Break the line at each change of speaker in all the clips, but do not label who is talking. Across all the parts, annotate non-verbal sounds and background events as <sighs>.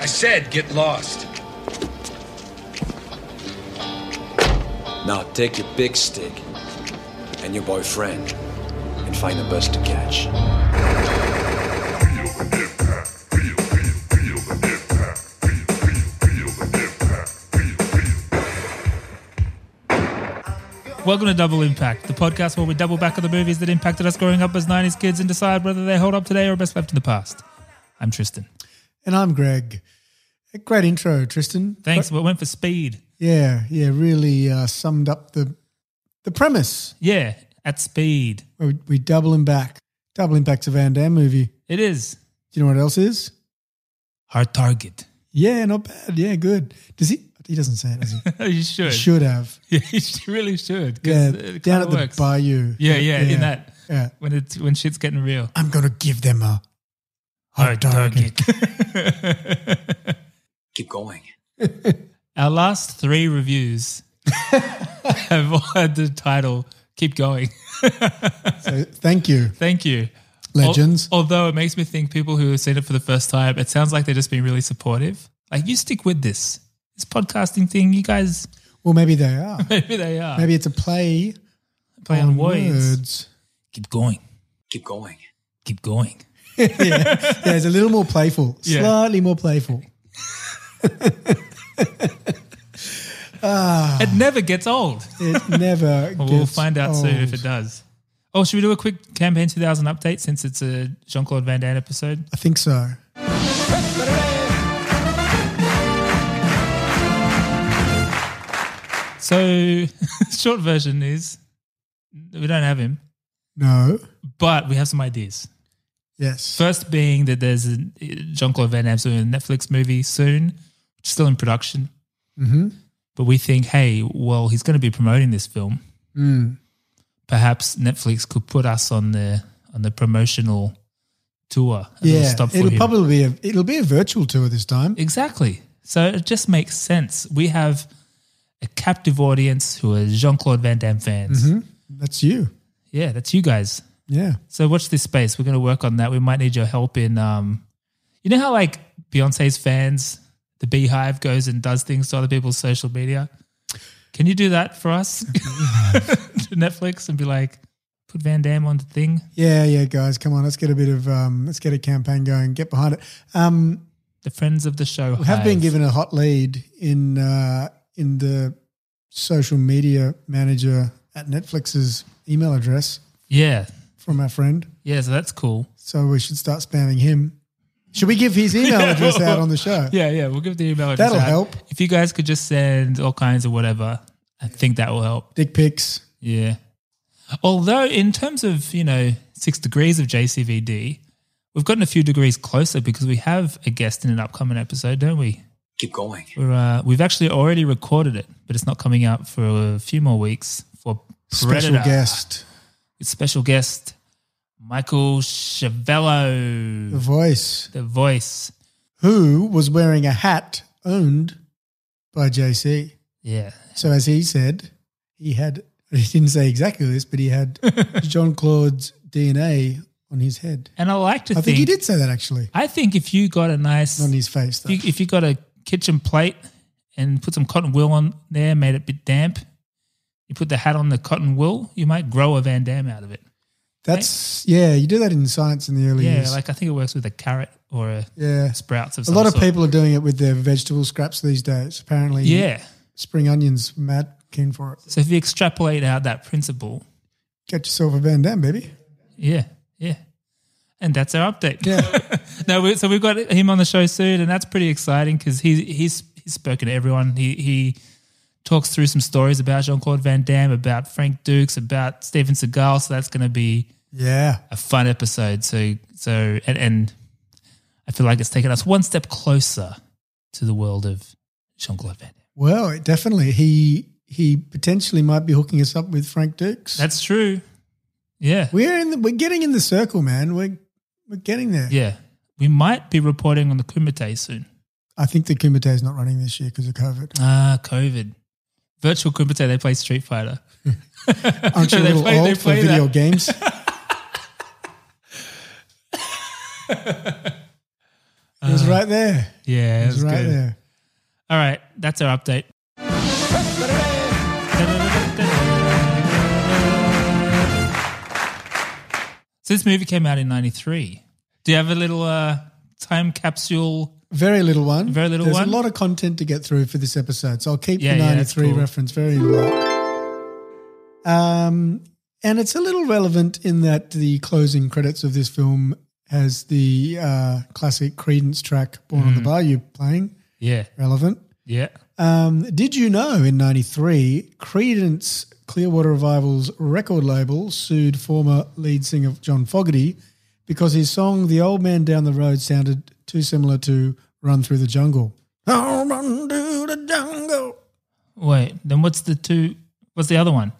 I said get lost.
Now take your big stick and your boyfriend and find the bus to catch.
Welcome to Double Impact, the podcast where we double back on the movies that impacted us growing up as 90s kids and decide whether they hold up today or are best left in the past. I'm Tristan.
And I'm Greg. Great intro, Tristan.
Thanks. We went for speed.
Yeah, yeah, really uh, summed up the the premise.
Yeah, at speed.
We, we double him back. Double Impact's a Van Damme movie. Do
It is.
you know what else is?
Hard target. <laughs>
Yeah, not bad. Yeah, good. Does he? He doesn't say it, does
<laughs>
he?
you
he
should.
should have.
Yeah, you really should. 'cause <laughs>
Yeah,
it kinda
down at the
works.
bayou.
Yeah, yeah, in that.
Yeah.
When, it's, when shit's getting real.
I'm going to give them a hard target.
Keep going.
<laughs> Our last three
<laughs>
reviews <laughs> have all had the title Keep Going.
So thank you,
Thank you.
legends.
Al- although it makes me think people who have seen it for the first time, it sounds like they're just being really supportive. Like you stick with this. This podcasting thing, you guys <laughs>
Well, maybe they are.
maybe they are.
Maybe it's a play
play on words.
words.
Keep going.
Keep going.
Keep going.
Yeah, it's a little more playful,
Yeah.
slightly more playful.
It never gets old.
Ah.
<laughs>
It never.
Well, we'll
gets
find out soon if
old.
it does. Oh, should we do a quick campaign 2000 update since it's a Jean Claude Van Damme episode?
I think so.
So, <laughs> short version is we don't have him,
No.
but we have some ideas.
Yes.
First being that there's a Jean Claude Van Damme doing a Netflix movie soon, which is still in production.
mm-hmm.
But we think, hey, well, he's going to be promoting this film.
Mm.
Perhaps Netflix could put us on the on the promotional tour. a little
Yeah.
stop for
It'll
him.
probably be a it'll be a virtual tour this time.
exactly. So it just makes sense. We have a captive audience who are Jean Claude Van Damme fans.
Mm-hmm. That's you.
Yeah, that's you guys.
Yeah.
So watch this space. We're going to work on that. We might need your help in, um, you know how like Beyonce's fans, the Beehive goes and does things to other people's social media. Can you do that for us <laughs> to Netflix and be like, put Van Damme on the thing?
Yeah. Yeah, guys, come on. Let's get a bit of um, let's get a campaign going. Get behind it. Um,
The friends of the show
we have been
Hive.
given a hot lead in uh, in the social media manager at Netflix's email address
Yeah,
from our friend.
yeah. So that's cool.
So we should start spamming him. Should we give his
<laughs>
email address out on the show?
Yeah, yeah. We'll give the email address.
That'll
out.
help.
If you guys could just send all kinds of whatever, I think that will help.
Dick pics.
Yeah. Although, in terms of, you know, six degrees of JCVD, we've gotten a few degrees closer because we have a guest in an upcoming episode, don't we?
Keep going.
We're, uh, we've actually already recorded it, but it's not coming out for a few more weeks for
Special
Predator.
guest.
It's special guest, Michael Chevello,
The voice.
the voice.
who was wearing a hat owned by JC.
Yeah.
So as he said, he had <laughs> he didn't say exactly this, but he had
<laughs>
Jean Claude's DNA on his head.
And I like to
I think he did say that actually.
I think if you got a nice
Not on his face
If
though.
you, if you got a kitchen plate and put some cotton wool on there, made it a bit damp, you put the hat on the cotton wool, you might grow a Van Dam out of it.
That's yeah, you do that in science in the early
Yeah,
years.
like I think it works with a carrot or a
yeah.
sprouts of
A
some
lot of
sort.
people are doing it with their vegetable scraps these days. Apparently
Yeah.
spring onions mad keen for it.
So if you extrapolate out that principle,
Get yourself a Van Damme, baby.
yeah, yeah. And that's our update.
Yeah.
<laughs> no, we, so we've got him on the show soon, and that's pretty exciting because he, he's he's spoken to everyone. He he talks through some stories about Jean Claude Van Damme, about Frank Dukes, about Steven Seagal. So that's going to be
yeah.
a fun episode. So so and, and I feel like it's taken us one step closer to the world of Jean Claude Van Damme.
Well, it definitely. He he potentially might be hooking us up with Frank Dukes.
That's true. Yeah,
We're in the, we're getting in the circle, man. We're we're getting there.
yeah. We might be reporting on the Kumite soon.
I think the Kumite is not running this year because of COVID.
<laughs> Ah, COVID. Virtual Kumite, they play Street Fighter.
Aren't you a
They
little
play- they
old for
play
video
that. <laughs>
games? It was right there.
Yeah,
It was
that's
right
good.
there.
All right, that's our update. So this movie came out in '93. Do you have a little uh, time capsule?
Very little one.
Very little
There's
one?
a lot of content to get through for this episode, so I'll keep
Yeah,
the
yeah, that's
93
cool.
reference very light. Um, and it's a little relevant in that the closing credits of this film has the uh, classic Credence track "Born
Mm.
on the Bayou" playing.
Yeah,
Relevant.
yeah.
Um, did you know in '93, Credence Clearwater Revival's record label sued former lead singer John Fogerty because his song "The Old Man Down the Road" sounded too similar to "Run Through the Jungle." I'll run through the jungle,
Wait, then what's the two? What's the other one?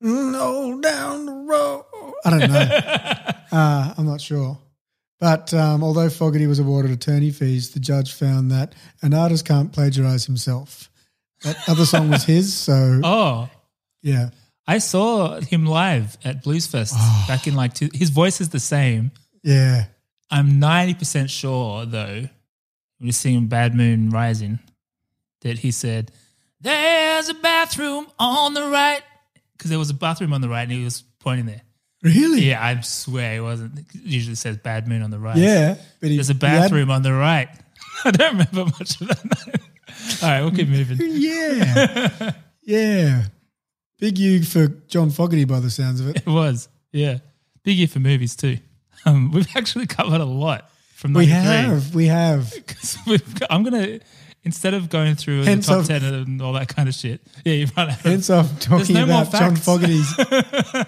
no mm, down the road. I don't <laughs> know. uh, I'm not sure. But um, although Fogerty was awarded attorney fees, the judge found that an artist can't plagiarize himself. That other song was his, <laughs> so
Oh,
yeah.
I saw him live at Bluesfest <gasps> back in like two. His voice is the same.
Yeah.
I'm 90% sure, though, we are seeing Bad Moon Rising, that he said, There's a bathroom on the right. Because there was a bathroom on the right and he was pointing there.
Really?
Yeah, I swear he wasn't. It usually says Bad Moon on the right.
Yeah. But he,
There's a
he had-
bathroom on the right. <laughs> I don't remember much of that. All right, we'll keep moving.
yeah.
<laughs>
yeah. Big U for John Fogerty by the sounds of it.
It was, yeah. Big year for movies, too. Um, we've <laughs> actually covered a lot from
We
93.
have. We have.
'Cause we've got- <laughs> I'm gonna instead of going through
Hence
the top
I've-
ten and all that kind of shit. <laughs> Yeah, you run out. Of,
Hence I'm talking
no more
about John
facts.
Fogerty's
<laughs>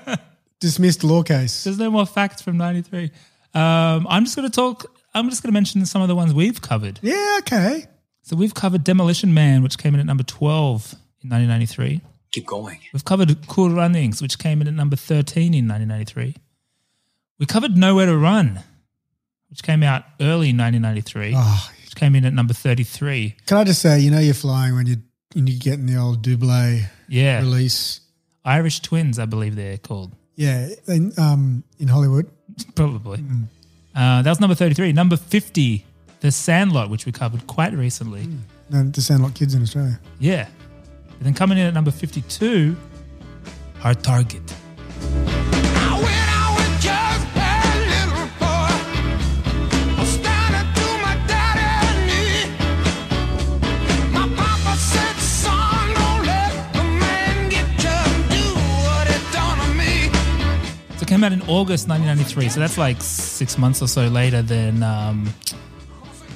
dismissed law case.
there's no more facts from '93. Um, I'm just gonna talk. I'm just gonna mention some of the ones we've covered.
Yeah, okay.
So we've covered Demolition Man, which came in at number 12 in 1993.
Keep going.
We've covered Cool Runnings, which came in at number 13 in 1993. We covered Nowhere to Run, which came out early in 1993,
Oh,
which came in at number 33.
can I just say, you know you're flying when you when you're getting the old Dublé
Yeah,
release.
Irish Twins, I believe they're called.
Yeah, in, um, in Hollywood.
Probably. Uh, that was number 33. Number 50, The Sandlot, which we covered quite recently.
No, the Sandlot Kids in Australia.
Yeah. And then coming in at number 52, Hard Target. So it came out in August 1993. So that's like six months or so later than, um,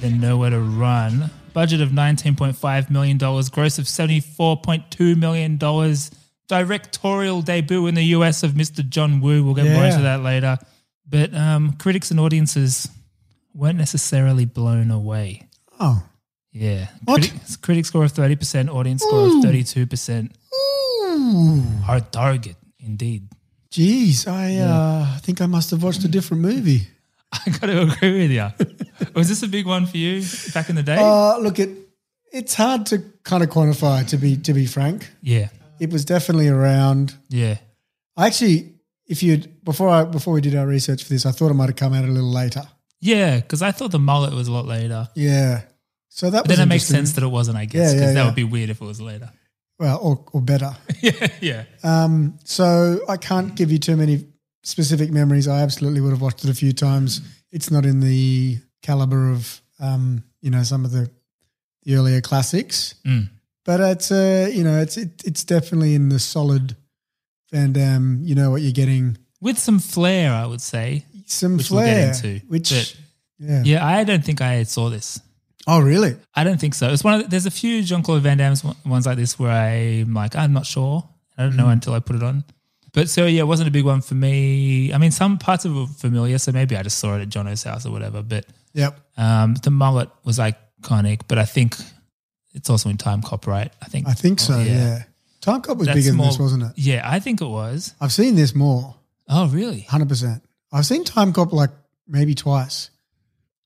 than Nowhere to Run. Budget of $19.5 million, gross of $74.2 million. Directorial debut in the US of Mr. John Woo. We'll get more
Yeah.
into that later. But um, critics and audiences weren't necessarily blown away.
Oh.
Yeah.
What?
Critic, critic score of 30%, audience score of 32%.
Ooh.
Hard target, indeed.
Jeez, I uh, think I must have watched a different movie.
<laughs> I got to agree with you. Was this a big one for you back in the day?
Uh, look, it it's hard to kind of quantify. To be to be frank,
yeah.
it was definitely around.
Yeah.
I actually, if you before I before we did our research for this, I thought it might have come out a little later.
Yeah. Because I thought the mullet was a lot later.
Yeah, so that
But
was
then it makes
interesting.
sense that it wasn't, I guess,
Yeah,
because
yeah,
that
yeah.
would be weird if it was later. <laughs>
Well, or, or better.
yeah. Yeah.
Um, so I can't give you too many specific memories. I absolutely would have watched it a few times. It's not in the caliber of um, you know some of the the earlier classics,
Mm.
but it's uh, you know it's it, it's definitely in the solid Van Damme. You know what you're getting.
With some flair, I would say.
Some
Which we'll
flair,
get into,
which
but-
yeah.
Yeah. I don't think I saw this.
Oh, really?
I don't think so. It's one of the, there's a few Jean Claude Van Damme's one- ones like this where I'm like I'm not sure. I don't
Mm.
know until I put it on. But so yeah, it wasn't a big one for me. I mean, some parts of it were familiar, so maybe I just saw it at Jono's house or whatever. But
Yep.
um, the mullet was iconic. But I think it's also in Time Cop, right? I think
I think so.
Oh,
yeah. Time Cop was
That's
bigger
more-
than this, wasn't it?
Yeah, I think it was.
I've seen this more,
Oh, really?
hundred percent. I've seen Time Cop like maybe twice.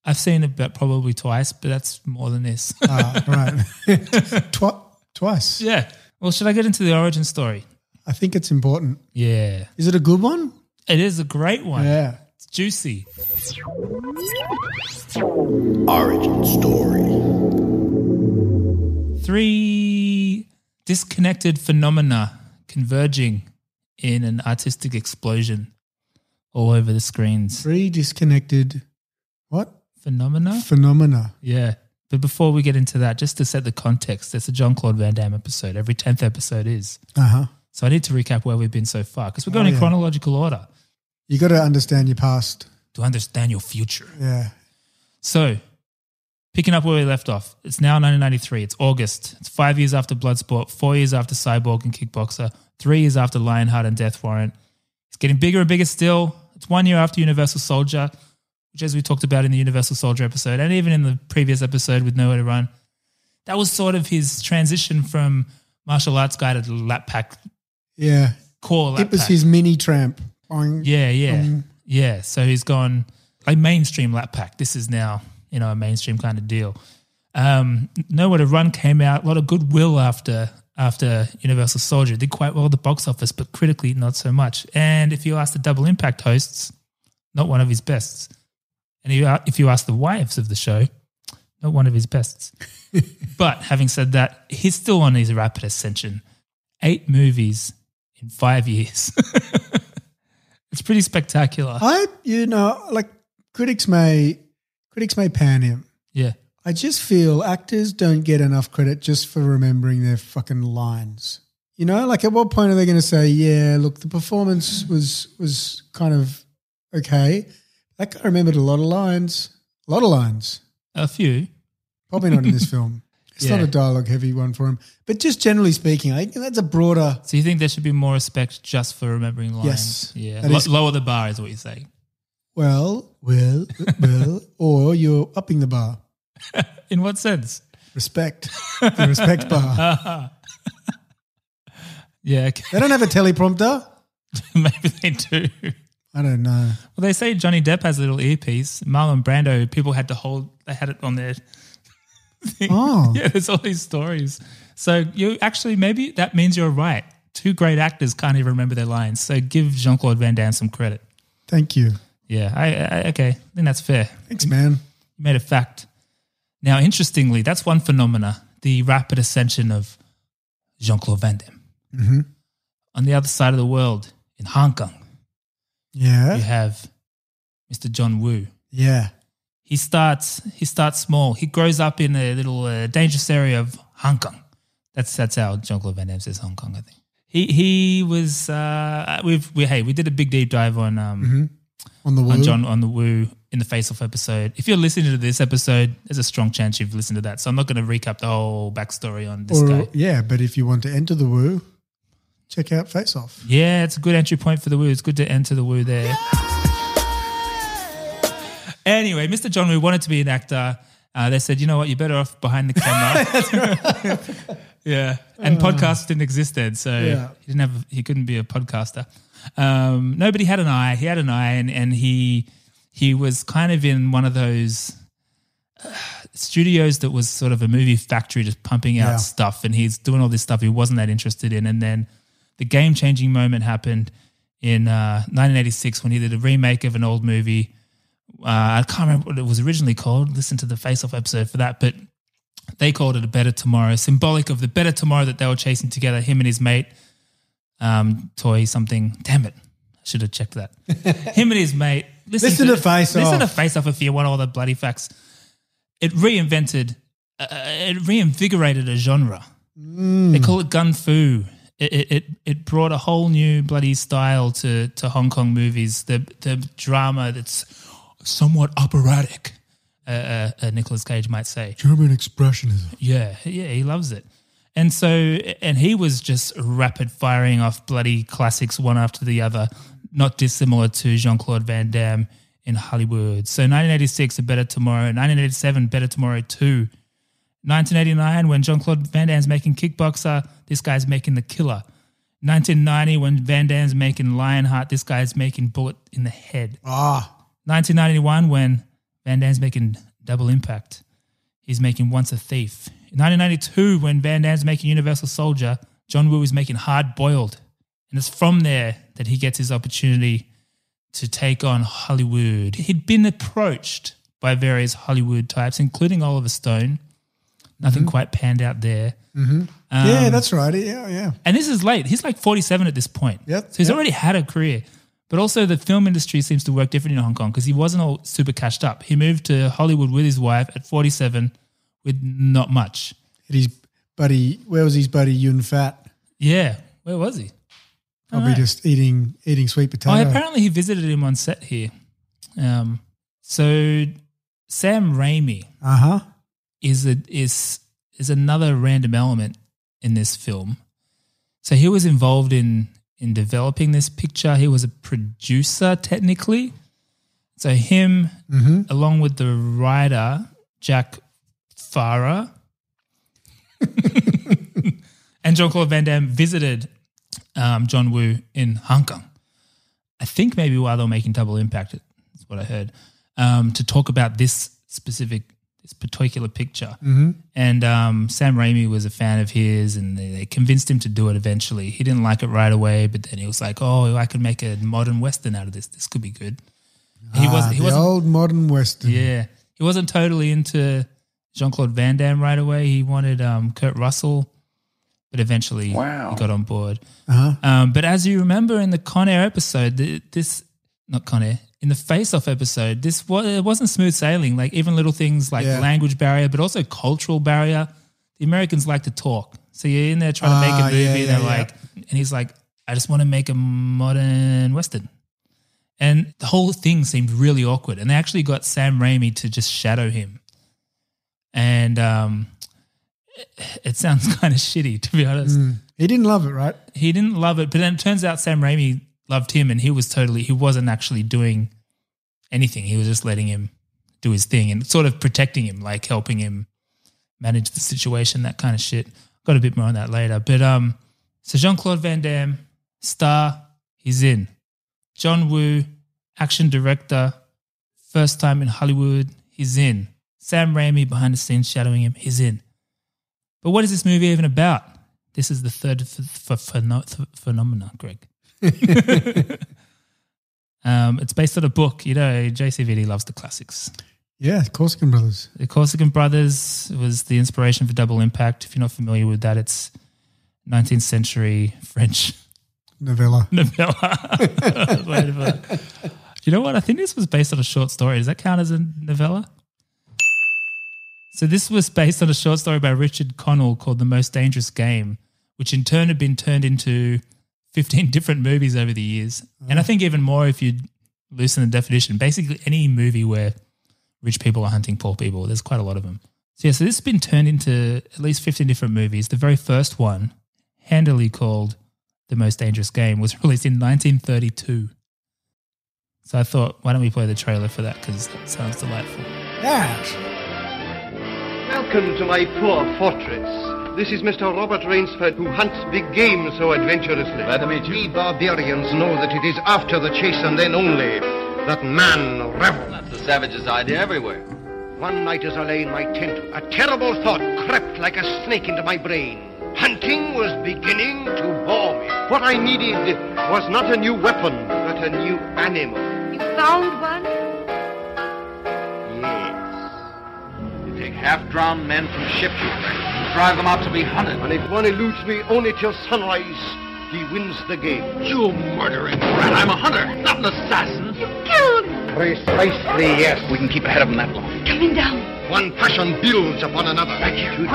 I've seen it about probably twice, but that's more than
<laughs>
this.
Ah, right. <laughs> Twi-
<laughs>
twice.
yeah. Well, should I get into the origin story?
I think it's important.
Yeah,
Is it a good one?
it is a great one.
Yeah.
juicy.
Origin story.
Three disconnected phenomena converging in an artistic explosion all over the screens.
Three disconnected what?
Phenomena?
Phenomena.
Yeah. But before we get into that, just to set the context, it's a John Claude Van Damme episode. Every 10th episode is.
Uh-huh.
So I need to recap where we've been so far because we're going
Oh,
in
yeah.
chronological order
You gotta understand your past.
to understand your future.
Yeah.
So, picking up where we left off, it's now 1993. It's August. It's five years after Bloodsport, four years after Cyborg and Kickboxer, three years after Lionheart and Death Warrant. It's getting bigger and bigger still. It's one year after Universal Soldier, which, as we talked about in the Universal Soldier episode, and even in the previous episode with Nowhere to Run, that was sort of his transition from martial arts guy to lap pack
Yeah.
core. Lap
it was
pack.
his mini tramp. Boing.
Yeah, yeah, yeah. So he's gone a mainstream lap pack. This is now you know a mainstream kind of deal. Um, Nowhere to Run came out. A lot of goodwill after after Universal Soldier did quite well at the box office, but critically not so much. And if you ask the Double Impact hosts, not one of his bests. And you a- if you ask the wives of the show, not one of his bests. but having said that, he's still on his rapid ascension. Eight movies in five years. <laughs> it's pretty spectacular.
I you know, like critics may critics may pan him.
Yeah.
I just feel actors don't get enough credit just for remembering their fucking lines. You know, like at what point are they going to say, "Yeah, look, the performance was was kind of okay." That guy remembered a lot of lines, a lot of lines.
A few.
Probably not in this film. It's
Yeah.
not a dialogue heavy one for him. But just generally speaking, I think that's a broader.
So you think there should be more respect just for remembering lines?
Yes.
Yeah.
That
Lo-
is-
lower the bar is what you're saying.
Well, well, well, or you're upping the bar.
In what sense?
Respect, the respect bar.
Yeah. <laughs> Okay.
They don't have a teleprompter.
Maybe they do.
I don't know.
Well, they say Johnny Depp has a little earpiece. Marlon Brando, people had to hold, they had it on their thing.
Oh.
<laughs> Yeah, there's all these stories. So you actually, maybe that means you're right. Two great actors can't even remember their lines. So give Jean Claude Van Damme some credit.
Thank you.
Yeah, I, I okay. I think that's fair.
Thanks, man.
You made a fact. Now, interestingly, that's one phenomena the rapid ascension of Jean Claude Van Damme.
Mm-hmm.
On the other side of the world, in Hong Kong, you
Yeah.
have Mr. John Woo.
Yeah.
He starts he starts small. He grows up in a little uh, dangerous area of Hong Kong. That's that's how John Claude Van Damme says Hong Kong. I think he he was uh, we've we hey we did a big deep dive on um,
On the
on
wall.
John on the Woo in the Face Off episode. If you're listening to this episode, there's a strong chance you've listened to that. So I'm not going to recap the whole backstory on this
Or-
guy.
Yeah, but if you want to enter the woo, check out Face Off.
Yeah, it's a good entry point for the Woo. It's good to enter the Woo there. Anyway, Mr. John Woo wanted to be an actor. Uh, they said, you know what, you're better off behind the
<laughs>
camera. yeah, and podcasts didn't exist then, so
Um, Yeah.
he didn't have he couldn't be a podcaster. Um, no, but he had an eye. He had an eye, and and he he was kind of in one of those uh, studios that was sort of a movie factory, just pumping out
Yeah.
stuff. And he's doing all this stuff he wasn't that interested in, and then the game changing moment happened in uh, 1986 when he did a remake of an old movie. Uh, I can't remember what it was originally called. Listen to the Face Off episode for that, but they called it a better tomorrow, symbolic of the better tomorrow that they were chasing together, him and his mate, um, Toy something. Damn it. I should have checked
<laughs>
that. him and his mate. Listen,
Listen to Face
listen
Off.
to Face Off if you want all the bloody facts. It reinvented, uh, it reinvigorated a genre.
Mm.
They call it gun fu. It, it, it, it brought a whole new bloody style to, to Hong Kong movies. The, the drama that's somewhat operatic, uh, uh, uh, Nicolas Cage might say.
German expressionism.
Yeah, yeah, he loves it. And so, and he was just rapid firing off bloody classics one after the other, not dissimilar to Jean Claude Van Damme in Hollywood. So, 1986, A Better Tomorrow, 1987, Better Tomorrow 2. 1989, when Jean Claude Van Damme's making Kickboxer, this guy's making The Killer. 1990, when Van Damme's making Lionheart, this guy's making Bullet in the Head.
Ah,
1991 when Van Damme's making Double Impact. He's making Once a Thief. In 1992 when Van Damme's making Universal Soldier, John Woo is making Hard Boiled. And it's from there that he gets his opportunity to take on Hollywood. He'd been approached by various Hollywood types, including Oliver Stone. Nothing quite panned out there. Um,
yeah, that's right. Yeah, yeah.
And this is late. He's like 47 at this point.
Yep,
So he's
yep.
already had a career. But also, the film industry seems to work differently in Hong Kong because he wasn't all super cashed up. He moved to Hollywood with his wife at 47 with not much.
It is buddy. Where was his buddy Yun Fat?
Yeah. Where was he?
Probably just eating eating sweet
Oh,
potato.
apparently he visited him on set here. Um, so Sam Raimi
uh huh.
is a, is is another random element in this film. So he was involved in in developing this picture. He was a producer technically. So him, along with the writer Jack Farah <laughs> and John Claude Van Damme, visited um, John Woo in Hong Kong. I think maybe while they were making Double Impact, that's what I heard, um, to talk about this specific, this particular picture.
Mm-hmm.
And um, Sam Raimi was a fan of his and they, they convinced him to do it eventually. He didn't like it right away, but then he was like, oh, I could make a modern Western out of this. This could be good. He
Ah,
wasn't, he
the
wasn't,
old modern western.
yeah, he wasn't totally into Jean Claude Van Damme right away. He wanted um, Kurt Russell, but eventually
Wow.
he got on board. Um, but as you remember in the Con Air episode, th- this not Con Air in the Face Off episode, this was it wasn't smooth sailing. Like even little things like
Yeah.
language barrier, but also cultural barrier. The Americans like to talk, so you're in there trying to make
Ah,
a movie.
yeah,
and
yeah,
they're
yeah.
like, and he's like, I just want to make a modern western. And the whole thing seemed really awkward. And they actually got Sam Raimi to just shadow him. And um, it, it sounds <laughs> kind of shitty, to be honest
He didn't love it, right?
he didn't love it, but then it turns out Sam Raimi loved him and he was totally he wasn't actually doing anything. He was just letting him do his thing and sort of protecting him, like helping him manage the situation, that kind of shit. Got a bit more on that later. But um so Jean-Claude Van Damme, star, he's in. John Woo, action director, first time in Hollywood, he's in. Sam Raimi behind the scenes shadowing him, he's in. But what is this movie even about? This is the third ph- ph- pheno- th- phenomena, Greg. um, it's based on a book. You know, JCVD loves the classics.
Yeah, Corsican brothers.
The Corsican Brothers was the inspiration for Double Impact. If you're not familiar with that, it's 19th century French <laughs>
Novella.
novella. <laughs> Wait a minute. Do you know what? I think this was based on a short story. Does that count as a novella? So this was based on a short story by Richard Connell called The Most Dangerous Game, which in turn had been turned into 15 <laughs> different movies over the years. And I think even more if you loosen the definition. Basically any movie where rich people are hunting poor people, there's quite a lot of them. So yeah, so this has been turned into at least 15 different movies. The very first one, handily called the Most Dangerous Game was <laughs> released in 1932. So I thought, why don't we play the trailer for that? Because it sounds delightful.
Yeah.
Welcome to my poor fortress. This is Mr. Robert Rainsford, who hunts big game so adventurously. Glad to meet you. We barbarians know that it is after the chase and then only that man revel. That's the savage's idea everywhere. One night as I lay in my tent, a terrible thought crept like a snake into my brain. Hunting was beginning to bore me. What I needed was not a new weapon, but a new animal.
You found one?
Yes.
You take half-drowned men from ship shipwrecks and drive them out to be hunted.
And if one eludes me only till sunrise, he wins the game.
You murdering rat! I'm a hunter, not an assassin.
Killed him!
Precisely, yes.
We can keep ahead of them that long.
Coming down.
One passion builds upon another. To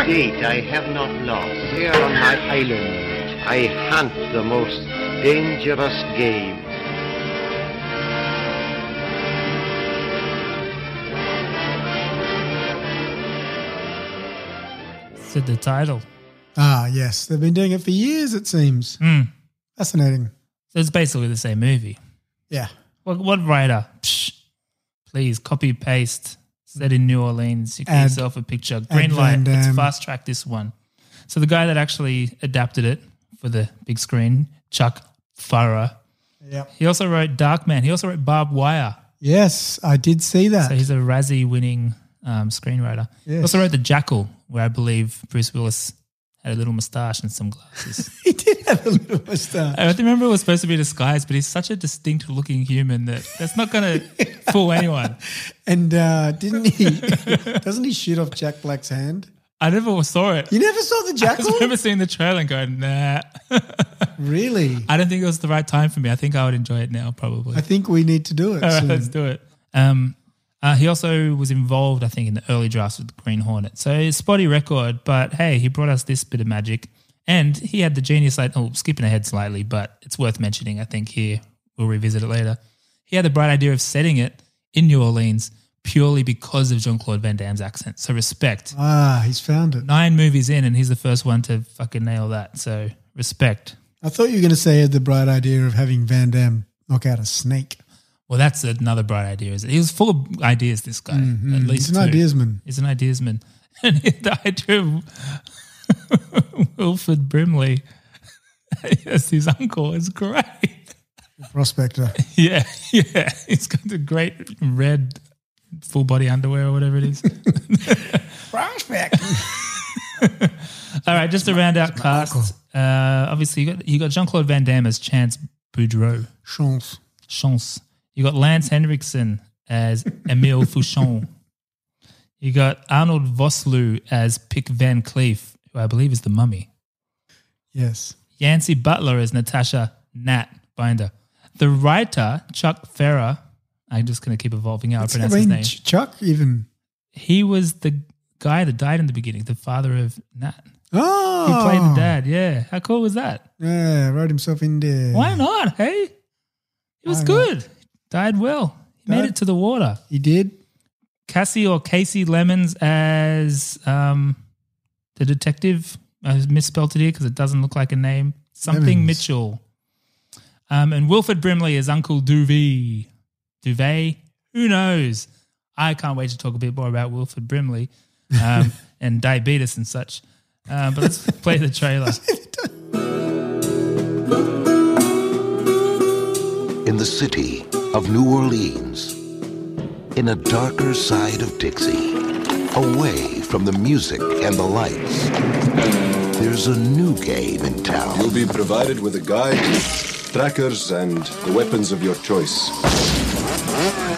date, I have not lost. Here on my island, I hunt the most dangerous game.
Said the title.
Ah, yes. They've been doing it for years, it seems.
Hmm.
Fascinating.
So it's basically the same movie.
Yeah.
What, what writer? Psh, please copy paste. Set in New Orleans. You get
Add-
yourself a picture. Green
Van
light. Let's
Damme.
fast track this one. So the guy that actually adapted it for the big screen, Chuck Farah.
Yep.
He also wrote Dark Man. He also wrote Barbed Wire.
Yes, I did see that.
So he's a Razzie winning um, screenwriter. He
Yes.
Also wrote The Jackal, where I believe Bruce Willis Had a little moustache and some glasses.
<laughs> He did have a little moustache.
I remember it was supposed to be disguised, but he's such a distinct looking human that that's not
<laughs>
going to fool anyone.
And uh, didn't he? <laughs> doesn't he shoot off Jack Black's hand?
I never saw it.
You never saw the
I just
jackal,
remember seeing the trailer and going, nah. <laughs>
really?
I don't think it was the right time for me. I think I would enjoy it now, probably.
I think we need to do it.
All right,
soon.
let's do it. Um, uh, he also was involved, I think, in the early drafts with the Green Hornet. So it's spotty record, but hey, he brought us this bit of magic. And he had the genius idea. Oh, skipping ahead slightly, but it's worth mentioning, I think, here. We'll revisit it later. He had the bright idea of setting it in New Orleans purely because of Jean Claude Van Damme's accent. So respect.
Ah, he's found it.
Nine movies in, and he's the first one to fucking nail that. So respect.
I thought you were going to say he had the bright idea of having Van Damme knock out a snake.
Well, that's another bright idea. Is it? He was full of ideas. This guy, at least
Mm-hmm. He's an
two.
ideasman.
He's an ideasman, <laughs> and the idea <laughs> of Wilfred Brimley <laughs> as his uncle is great. <laughs>
Prospector.
Yeah, yeah. He's got the great red full body underwear or whatever it is. <laughs>
Prospect.
All right, just to round out cast. Uh, obviously, you got you got Jean Claude Van Damme as Chance Boudreau.
Chance.
Chance. You got Lance Henriksen as Emile <laughs> Fouchon. You got Arnold Vosloo as Pick Van Cleef, who I believe is the mummy.
Yes.
Yancy Butler as Natasha Nat Binder. The writer, Chuck Ferrer, I'm just going to keep evolving how I
I
pronounce his
mean,
name.
Ch- Chuck even.
He was the guy that died in the beginning, the father of Nat.
Oh,
He played the dad, yeah. How cool was that?
Yeah, wrote himself in there.
Why not, hey? He was
Why not?
good. Died well. He made
Died-
it to the water.
He did.
Cassie or Casey Lemons as um, the detective. I misspelled it here because it doesn't look like a name. Something
Lemons.
Mitchell. Um, and Wilfred Brimley as Uncle Duvet. Duvet? Who knows? I can't wait to talk a bit more about Wilfred Brimley um, <laughs> and diabetes and such. Uh, but let's play the <laughs> trailer.
In the city of New Orleans, in a darker side of Dixie, away from the music and the lights, there's a new game in
You'll
town.
be provided with a guide, trackers, and the weapons of your choice.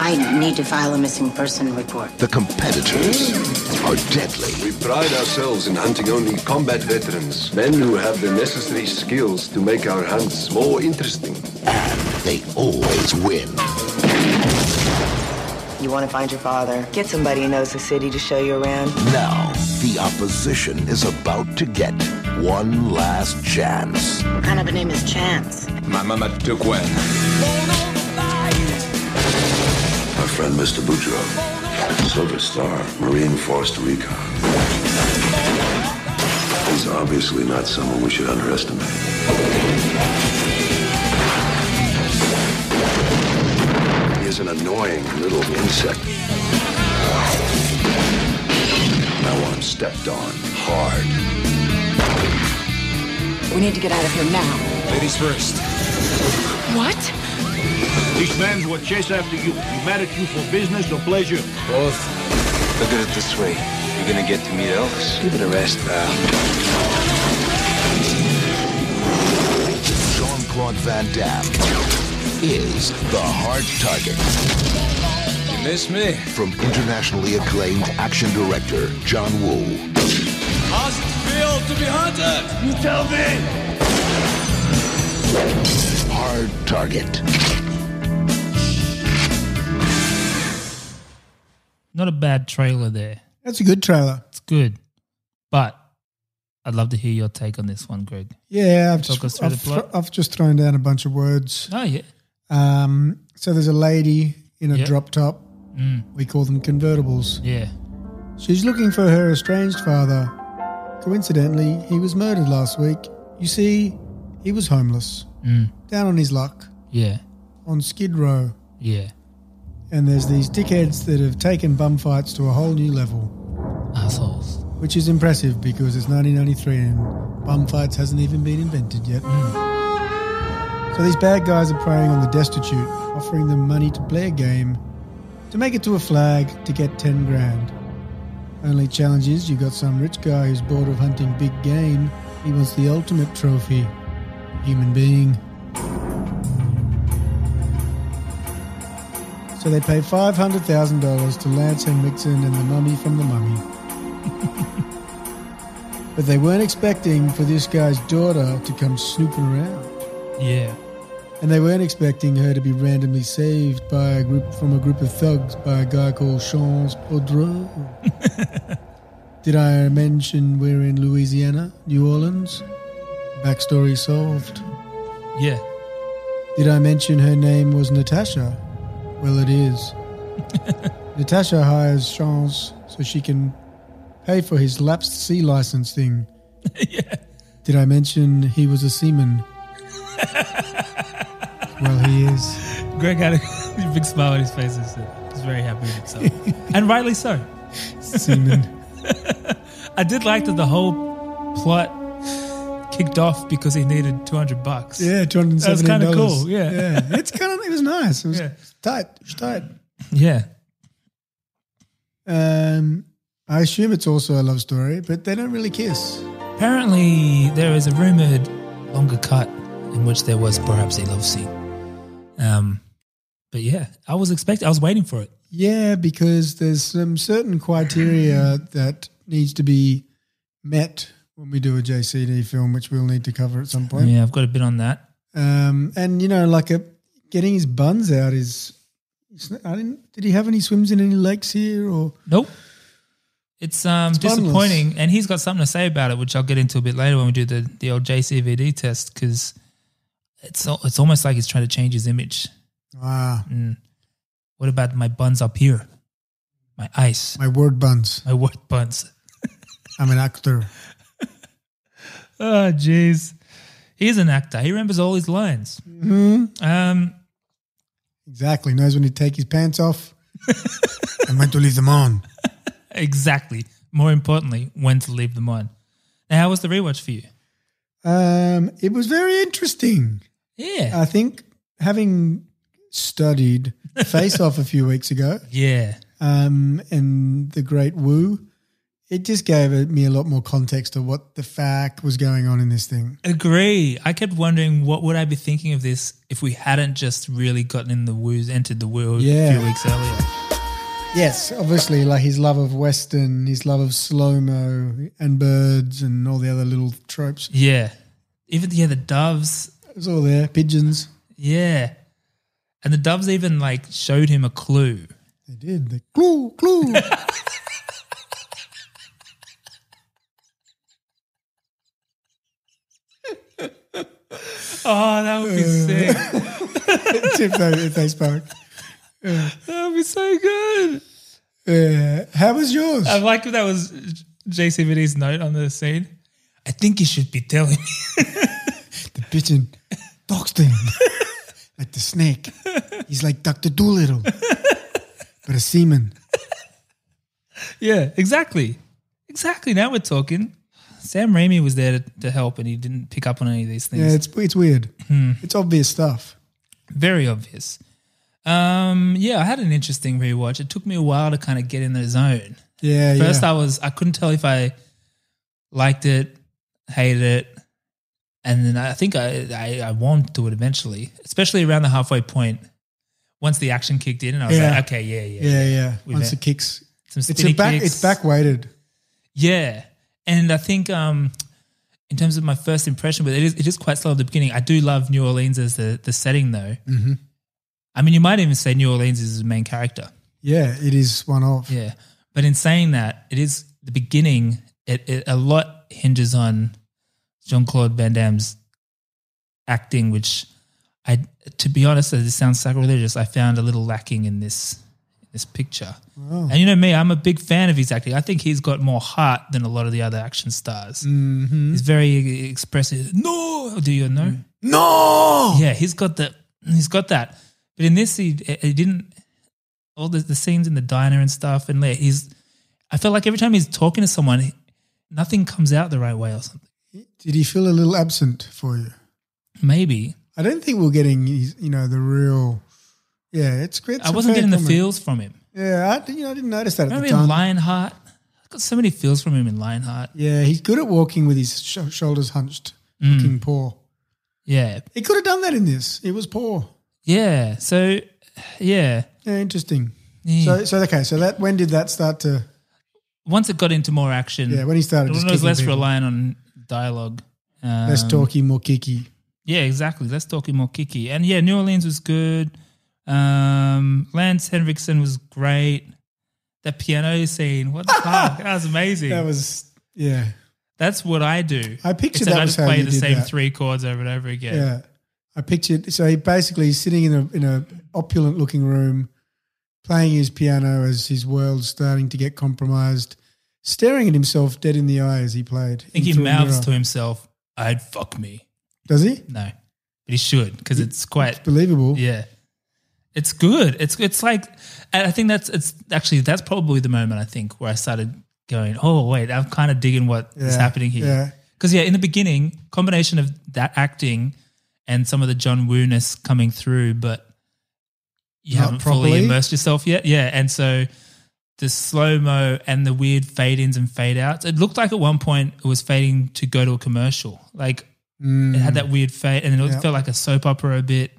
I need to file a missing person report.
The competitors are deadly.
We pride ourselves in hunting only combat veterans, men who have the necessary skills to make our hunts more interesting.
They always win.
You want to find your father. Get somebody who knows the city to show you around.
Now, the opposition is about to get one last chance.
What kind of a name is Chance?
My mama took one.
Our friend Mr. Boudreaux, Silver Star, Marine Forced Recon. He's obviously not someone we should underestimate. He is an annoying little insect. I want him stepped on hard.
We need to get out of here now.
Ladies first.
What?
These men will chase after you, be mad at you for business or pleasure.
Both.
Look at it this way. You're gonna get to meet Elvis.
Give it a rest now.
Jean Claude Van Damme is the hard target.
You miss me?
From internationally acclaimed action director John Woo.
How's it feel to be hunted? You tell me.
Hard target.
Not a bad trailer there.
That's a good trailer.
It's good. But I'd love to hear your take on this one, Greg.
Yeah, I've
Talk us
just,
through the
I've,
plot.
I've just thrown down a bunch of words.
Oh, yeah.
Um, so there's a lady in a
Yeah.
drop top. We call them convertibles.
Yeah.
She's looking for her estranged father. Coincidentally, he was murdered last week. You see, he was homeless, down on his luck,
Yeah.
on Skid Row.
Yeah.
And there's these dickheads that have taken bum fights to a whole new level,
Assholes.
which is impressive because it's 1993 and bum fights hasn't even been invented yet. <clears throat> So these bad guys are preying on the destitute, offering them money to play a game, to make it to a flag, to get 10 grand. Only challenge is you've got some rich guy who's bored of hunting big game. He wants the ultimate trophy human being. So they pay $500,000 to Lance Henriksen and the mummy from the mummy. but they weren't expecting for this guy's daughter to come snooping around.
Yeah.
And they weren't expecting her to be randomly saved by a group from a group of thugs by a guy called Chance Audreau. Did I mention we're in Louisiana, New Orleans? Backstory solved.
Yeah. <laughs>
Did I mention her name was Natasha? Well, it is. Natasha hires Chance so she can pay for his lapsed sea license thing. Did I mention he was a <laughs> seaman? well, he is.
Greg had a <laughs> big smile on his face. He's he's very happy with <laughs> himself. and rightly so.
Seaman.
I did like that the whole plot kicked off because he needed 200 bucks.
<laughs> Yeah, two hundred
That was
seventy.
kind of cool. Yeah.
it's kind of it was nice. It was tight. It was tight.
Yeah.
Um, I assume it's also a love story, but they don't really kiss.
Apparently, there is a rumored longer cut in which there was perhaps a love scene. Um, but yeah, I was expecting, I was waiting for it.
Yeah, because there's some certain <clears throat> criteria that needs to be met when we do a JCD film, which we'll need to cover at some point.
Yeah, I've got a bit on that.
Um, and you know, like a, getting his buns out is. it's not- I didn't. Did he have any swims in any lakes here or?
Nope. It's um
It's bunless.
disappointing, and he's got something to say about it, which I'll get into a bit later when we do the the old JCVD test because it's al- it's almost like he's trying to change his image.
Ah,
Mm. What about my buns up here? My ice,
my word buns.
my what buns?
I'm an actor.
Oh, jeez. He's an actor. He remembers all his lines.
Mhm.
Um,
Exactly. Knows when to take his pants off <laughs> and when to leave them on.
exactly. More importantly, when to leave them on. Now, how was the rewatch for you?
Um, it was very interesting.
Yeah,
I think having studied Face Off a few weeks ago
yeah,
um, and The Great Woo, it just gave it- me a lot more context to what the fact was going on in this thing.
agree. I kept wondering what would I be thinking of this if we hadn't just really gotten in the woos, entered the woo a
Yeah.
few weeks earlier.
Yes, obviously, like his love of Western, his love of slow mo and birds and all the other little tropes.
Yeah, even yeah the doves.
It was all there. Pigeons.
Yeah, and the doves even like showed him a clue.
They did. They clue, clue. <laughs>
Oh, that would be
<laughs>
sick.
if, they, if they spoke.
That would be so good.
Yeah. Uh, How was yours?
I like if that was JCVD's note on the scene. I think you should be telling me.
The pigeon talks to him like the snake. He's like Dr. Doolittle, but a seaman.
<laughs> Yeah, exactly. Exactly. Now we're talking. Sam Raimi was there to, to help and he didn't pick up on any of these things.
Yeah, it's, it's weird.
Hmm.
It's obvious stuff.
Very obvious. Um, yeah, I had an interesting rewatch. It took me a while to kind of get in the zone.
Yeah,
First
yeah.
I was I couldn't tell if I liked it, hated it. And then I think I, I I warmed to it eventually, especially around the halfway point. Once the action kicked in, and I was
Yeah.
like, okay, yeah, yeah,
yeah, yeah.
We've
Once
had
the kicks.
some
It's
spinny
a back.
kicks.
It's back weighted.
Yeah, and I think um, in terms of my first impression, but it is it is quite slow at the beginning. I do love New Orleans as the the setting, though. Mm-hmm. I mean, you might even say New Orleans is the main character.
Yeah, it is one off.
Yeah, but in saying that, it is the beginning. It, it a lot hinges on Jean Claude Van Damme's acting, which I, to be honest, as it sounds sacrilegious, I found a little lacking in this this picture. And you know me, I'm a big fan of his acting. I think he's got more heart than a lot of the other action stars.
Mm-hmm.
He's very expressive. No, do you know?
No.
Yeah, he's got the he's got that. But in this, he, he didn't. All the, the scenes in the diner and stuff, and like, he's. I felt like every time he's talking to someone, he- nothing comes out the right way or something.
Did he feel a little absent for you?
Maybe
I don't think we're getting, you know, the real. Yeah, it's great.
I wasn't getting the feels from him.
Yeah, I, you know, I didn't notice that at
Remember
the time.
in Lionheart? got so many feels from him in Lionheart.
Yeah, he's good at walking with his sh- shoulders hunched,
Mm.
looking poor.
Yeah,
He could have done that in this. It was poor.
yeah. So, yeah.
Yeah, interesting.
Yeah.
So, so okay. So that when did that start to?
Once it got into more action,
Yeah, when he started
it
just
was
kicking
less
people.
reliant on dialogue. Um,
Less talky, more kicky.
Yeah, exactly. Let's talk more Kiki. And yeah, New Orleans was good. Um, Lance Henriksen was great. That piano scene, what the
<laughs>
fuck? That was amazing.
That was yeah,
That's what I do.
I pictured
Except
that
I
was
just
how
play
you
the
did
same
that.
three chords over and over
yeah.
again.
I pictured so he basically is sitting in a in a opulent looking room, playing his piano as his world's starting to get compromised, staring at himself dead in the eye as he played.
I think he
into a
mouths
mirror.
to himself, "I'd fuck me."
Does he?
No, but he should because it's quite
believable.
Yeah, it's good. It's it's like, and I think that's it's actually that's probably the moment I think where I started going, oh wait, I'm kind of digging what is
Yeah,
happening
yeah.
here. Because yeah. in the beginning, combination of that acting and some of the John Woo-ness coming through, but you
Not
haven't
properly.
fully immersed yourself yet. Yeah, and so the slow mo and the weird fade ins and fade outs. It looked like at one point it was fading to go to a commercial. Like
Mm,
it had that weird fade, and it
Yeah.
felt like a soap opera a bit,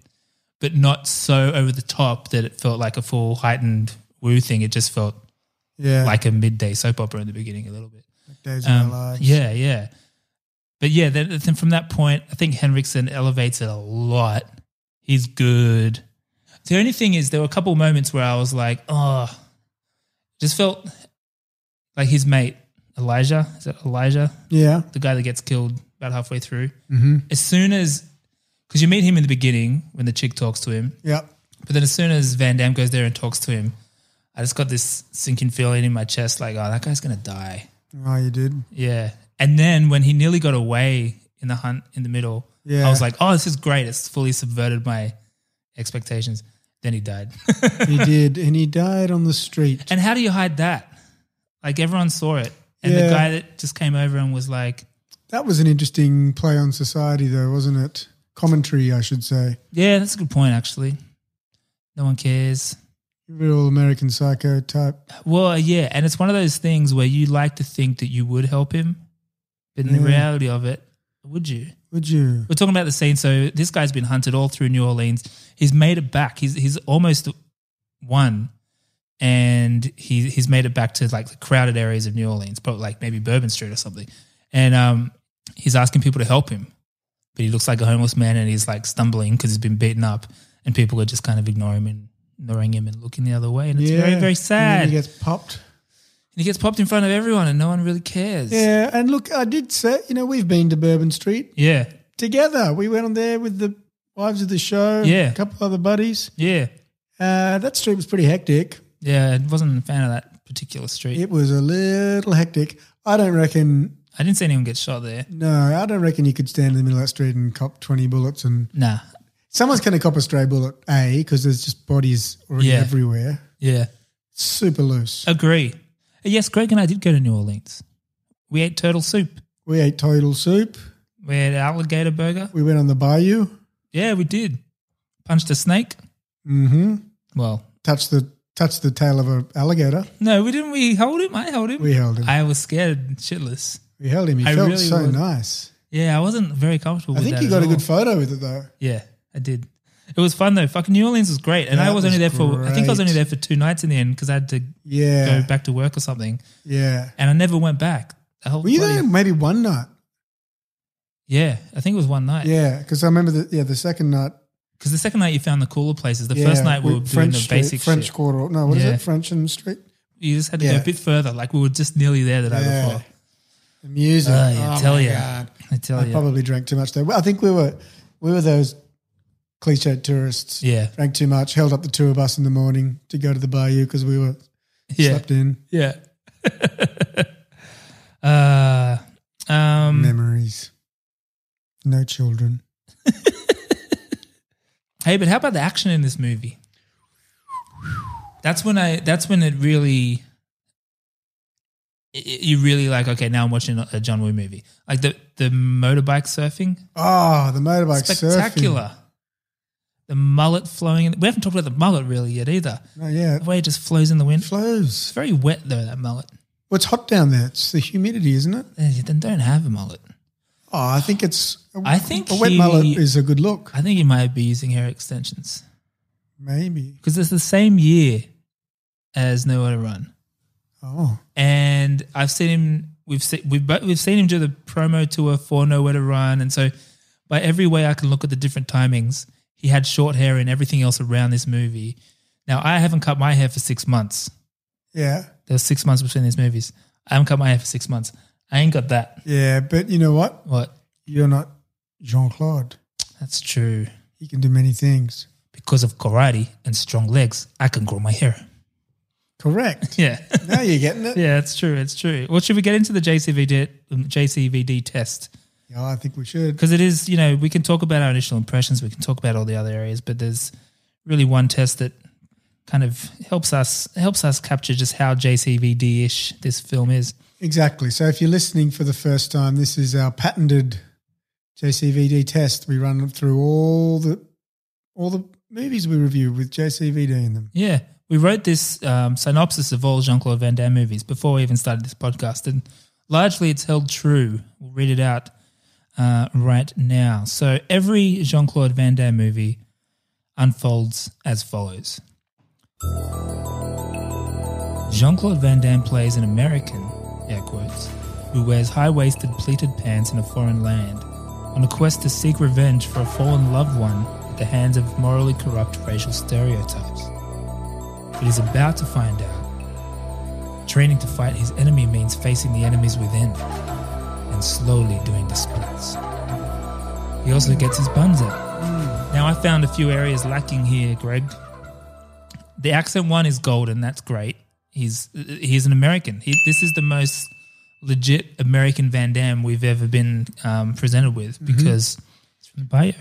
but not so over the top that it felt like a full heightened woo thing. It just felt
Yeah.
like a midday soap opera in the beginning a little bit.
Days
Um,
of our lives.
yeah, yeah. But yeah, then, then from that point, I think Henriksen elevates it a lot. He's good. The only thing is, there were a couple moments where I was like, oh, just felt like his mate, Elijah. Is that Elijah?
Yeah.
The guy that gets killed about halfway through.
Mhm.
As soon as, because you meet him in the beginning when the chick talks to him.
Yeah.
But then as soon as Van Damme goes there and talks to him, I just got this sinking feeling in my chest like, oh, that guy's going to die.
Oh, you did.
Yeah. And then when he nearly got away in the hunt in the middle,
Yeah.
I was like, oh, this is great. It's fully subverted my expectations. Then he died.
<laughs>
<laughs>
he did, and he died on the street.
and how do you hide that? Like everyone saw it. And
Yeah.
the guy that just came over and was like,
That was an interesting play on society, though, wasn't it? Commentary, I should say.
yeah, that's a good point, actually. No one cares.
Real American psycho type.
Well, uh, yeah. And it's one of those things where you like to think that you would help him, but in the
Yeah.
reality of it, would you?
Would you?
We're talking about the scene. So this guy's been hunted all through New Orleans. He's made it back. He's he's almost won, and he he's made it back to like the crowded areas of New Orleans, probably like maybe Bourbon Street or something. And um, he's asking people to help him, but he looks like a homeless man, and he's like stumbling because he's been beaten up, and people are just kind of ignoring him and ignoring him and looking the other way, and it's very very sad.
And then
And
he gets popped.
he gets popped in front of everyone, and no one really cares.
Yeah, and look, I did say, you know, we've been to Bourbon Street
yeah,
together. We went on there with the wives of the show,
Yeah.
a couple other buddies.
yeah,
Uh, that street was pretty hectic.
yeah. I wasn't a fan of that particular street.
It was a little hectic. I don't reckon.
I didn't see anyone get shot there.
No, I don't reckon you could stand in the middle of that street and cop twenty bullets, and
Nah.
someone's going to cop a stray bullet, a because there's just bodies already
Yeah.
everywhere.
Yeah.
Super loose.
Agree. Yes, Greg and I did go to New Orleans. We ate turtle soup.
We ate total soup.
We had alligator burger.
We went on the bayou.
Yeah, we did. Punched a snake.
Mm-hmm.
Well,
Touched the touched the tail of a alligator.
no, we didn't. We held him. I held him.
We held him.
I was scared shitless.
we held him. He
I
felt
really
so
was.
nice.
Yeah, I wasn't very comfortable
I
with
think
that
you
at
got a
all.
good photo with it though.
Yeah, I did. It was fun though. Fucking New Orleans was great. And
That
I was, only there
was
for, I think I was
great.
only there for two nights in the end because I had to
Yeah.
go back to work or something.
Yeah.
And I never went back. The whole
Were you
bloody-
there maybe one night?
Yeah, I think it was one night.
Yeah, because I remember the yeah the second night.
Because the second night you found the cooler places. The
yeah,
first night we were doing the
Street-
basic
French
shit.
Quarter. No, what is
Yeah.
it? French and Street.
You just had to go
Yeah.
a bit further. Like we were just nearly there the day
Yeah.
before.
The music.
Oh, yeah,
Oh,
tell
my
ya.
God.
I tell
I
you.
probably drank too much though. I think we were we were those cliche tourists.
Yeah.
Drank too much. Held up the tour bus in the morning to go to the bayou because we were
Yeah.
slept in.
Yeah. uh, um,
Memories. No children.
hey, but how about the action in this movie? That's when I. That's when it really. i- i- You really like okay now I'm watching a John Woo movie like the the motorbike surfing
Oh, the motorbike
spectacular the mullet flowing in, we haven't talked about the mullet really yet either
surfing. Oh, yeah.
the way it just flows in the wind
It flows.
It's very wet though, that mullet. Eh,
Well, it's hot down there. It's the humidity, isn't it?
Then don't have a mullet.
Oh, I think it's.
I think
a wet
he-
mullet is a good look.
I think he might be using hair extensions
Maybe.
because it's the same year as Nowhere to Run,
Oh,
and I've seen him. We've seen we've but we've seen him do the promo tour for Nowhere to Run, and so by every way I can look at the different timings, he had short hair and everything else around this movie. Now I haven't cut my hair for six months.
yeah.
There's six months between these movies. I haven't cut my hair for six months. I ain't got that.
Yeah, but you know what?
What?
You're not Jean Claude.
That's true.
He can do many things.
Because of karate and strong legs, I can grow my hair.
Correct.
Yeah. <laughs>
now you're getting it.
Yeah, it's true. It's true. Well, should we get into the JCVD, um, JCVD test?
Yeah, I think we should.
Because it is, you know, we can talk about our initial impressions, we can talk about all the other areas, but there's really one test that kind of helps us helps us capture just how JCVD ish this film is.
Exactly. So if you're listening for the first time, this is our patented JCVD test. We run through all the all the movies we review with JCVD in them.
Yeah, we wrote this um, synopsis of all Jean Claude Van Damme movies before we even started this podcast, and largely it's held true. We'll read it out uh, right now. So every Jean Claude Van Damme movie unfolds as follows Jean Claude Van Damme plays an American, air quotes, who wears high waisted pleated pants in a foreign land on a quest to seek revenge for a fallen loved one at the hands of morally corrupt racial stereotypes but he's about to find out. Training to fight his enemy means facing the enemies within and slowly doing the splits. He also gets his buns out. Now, I found a few areas lacking here, Greg. The accent one is golden. That's great. He's he's an American. He, this is the most legit American Van Damme we've ever been um, presented with because it's from the bio.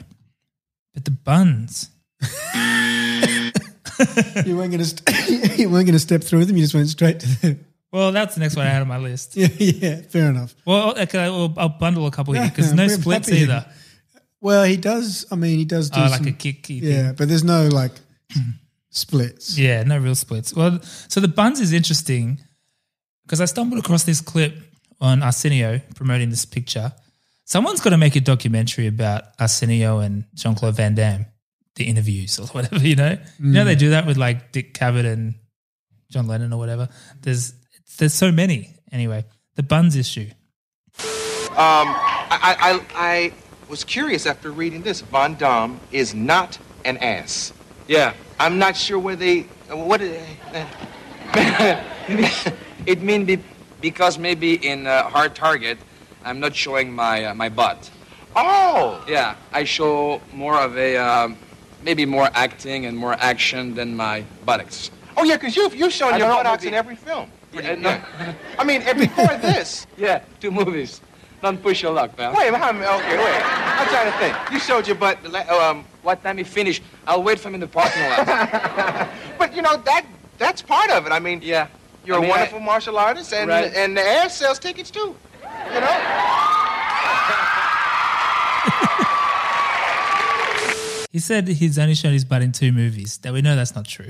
But the buns,
you weren't gonna st- <laughs> you weren't gonna step through them. You just went straight to the
well, that's the next one I had on my list.
yeah <laughs> yeah. Fair enough.
Well, okay, I'll, I'll bundle a couple here
<laughs>
because no
we're
splits
happy.
either.
Well, he does. I mean, he does do
Oh,
some,
like a kick.
yeah, but there's no like splits.
yeah, no real splits. Well, so the buns is interesting because I stumbled across this clip on Arsenio promoting this picture. Someone's got to make a documentary about Arsenio and Jean Claude Van Damme, the interviews or <laughs> whatever. You know, you know
Mm.
they do that with like Dick Cavett and John Lennon or whatever. There's there's so many anyway. The buns issue.
Um, I, I, I, I was curious after reading this. Von Dom is not an ass. Yeah. I'm not sure where they. What? uh,
It mean be, because maybe in uh, hard target, I'm not showing my uh, my butt.
Oh.
Yeah, I show more of a um, maybe more acting and more action than my buttocks. <laughs>
Oh yeah, because you've you've shown
I
your
don't know,
buttocks
maybe-
in every film.
Yeah, no,
I mean, and
<laughs>
before this.
yeah, two movies. Don't push your luck, pal.
Wait, how? many- Okay, wait. I'm trying to think. You showed your butt. the la- Um,
What time you finish? I'll wait for him in the parking lot.
but you know that that's part of it. I mean. Yeah. You're
I mean,
a
I-
wonderful martial artist, and
Right.
and the ass sells tickets too. You know.
He said he's only shown his butt in two movies. Now we know that's not true.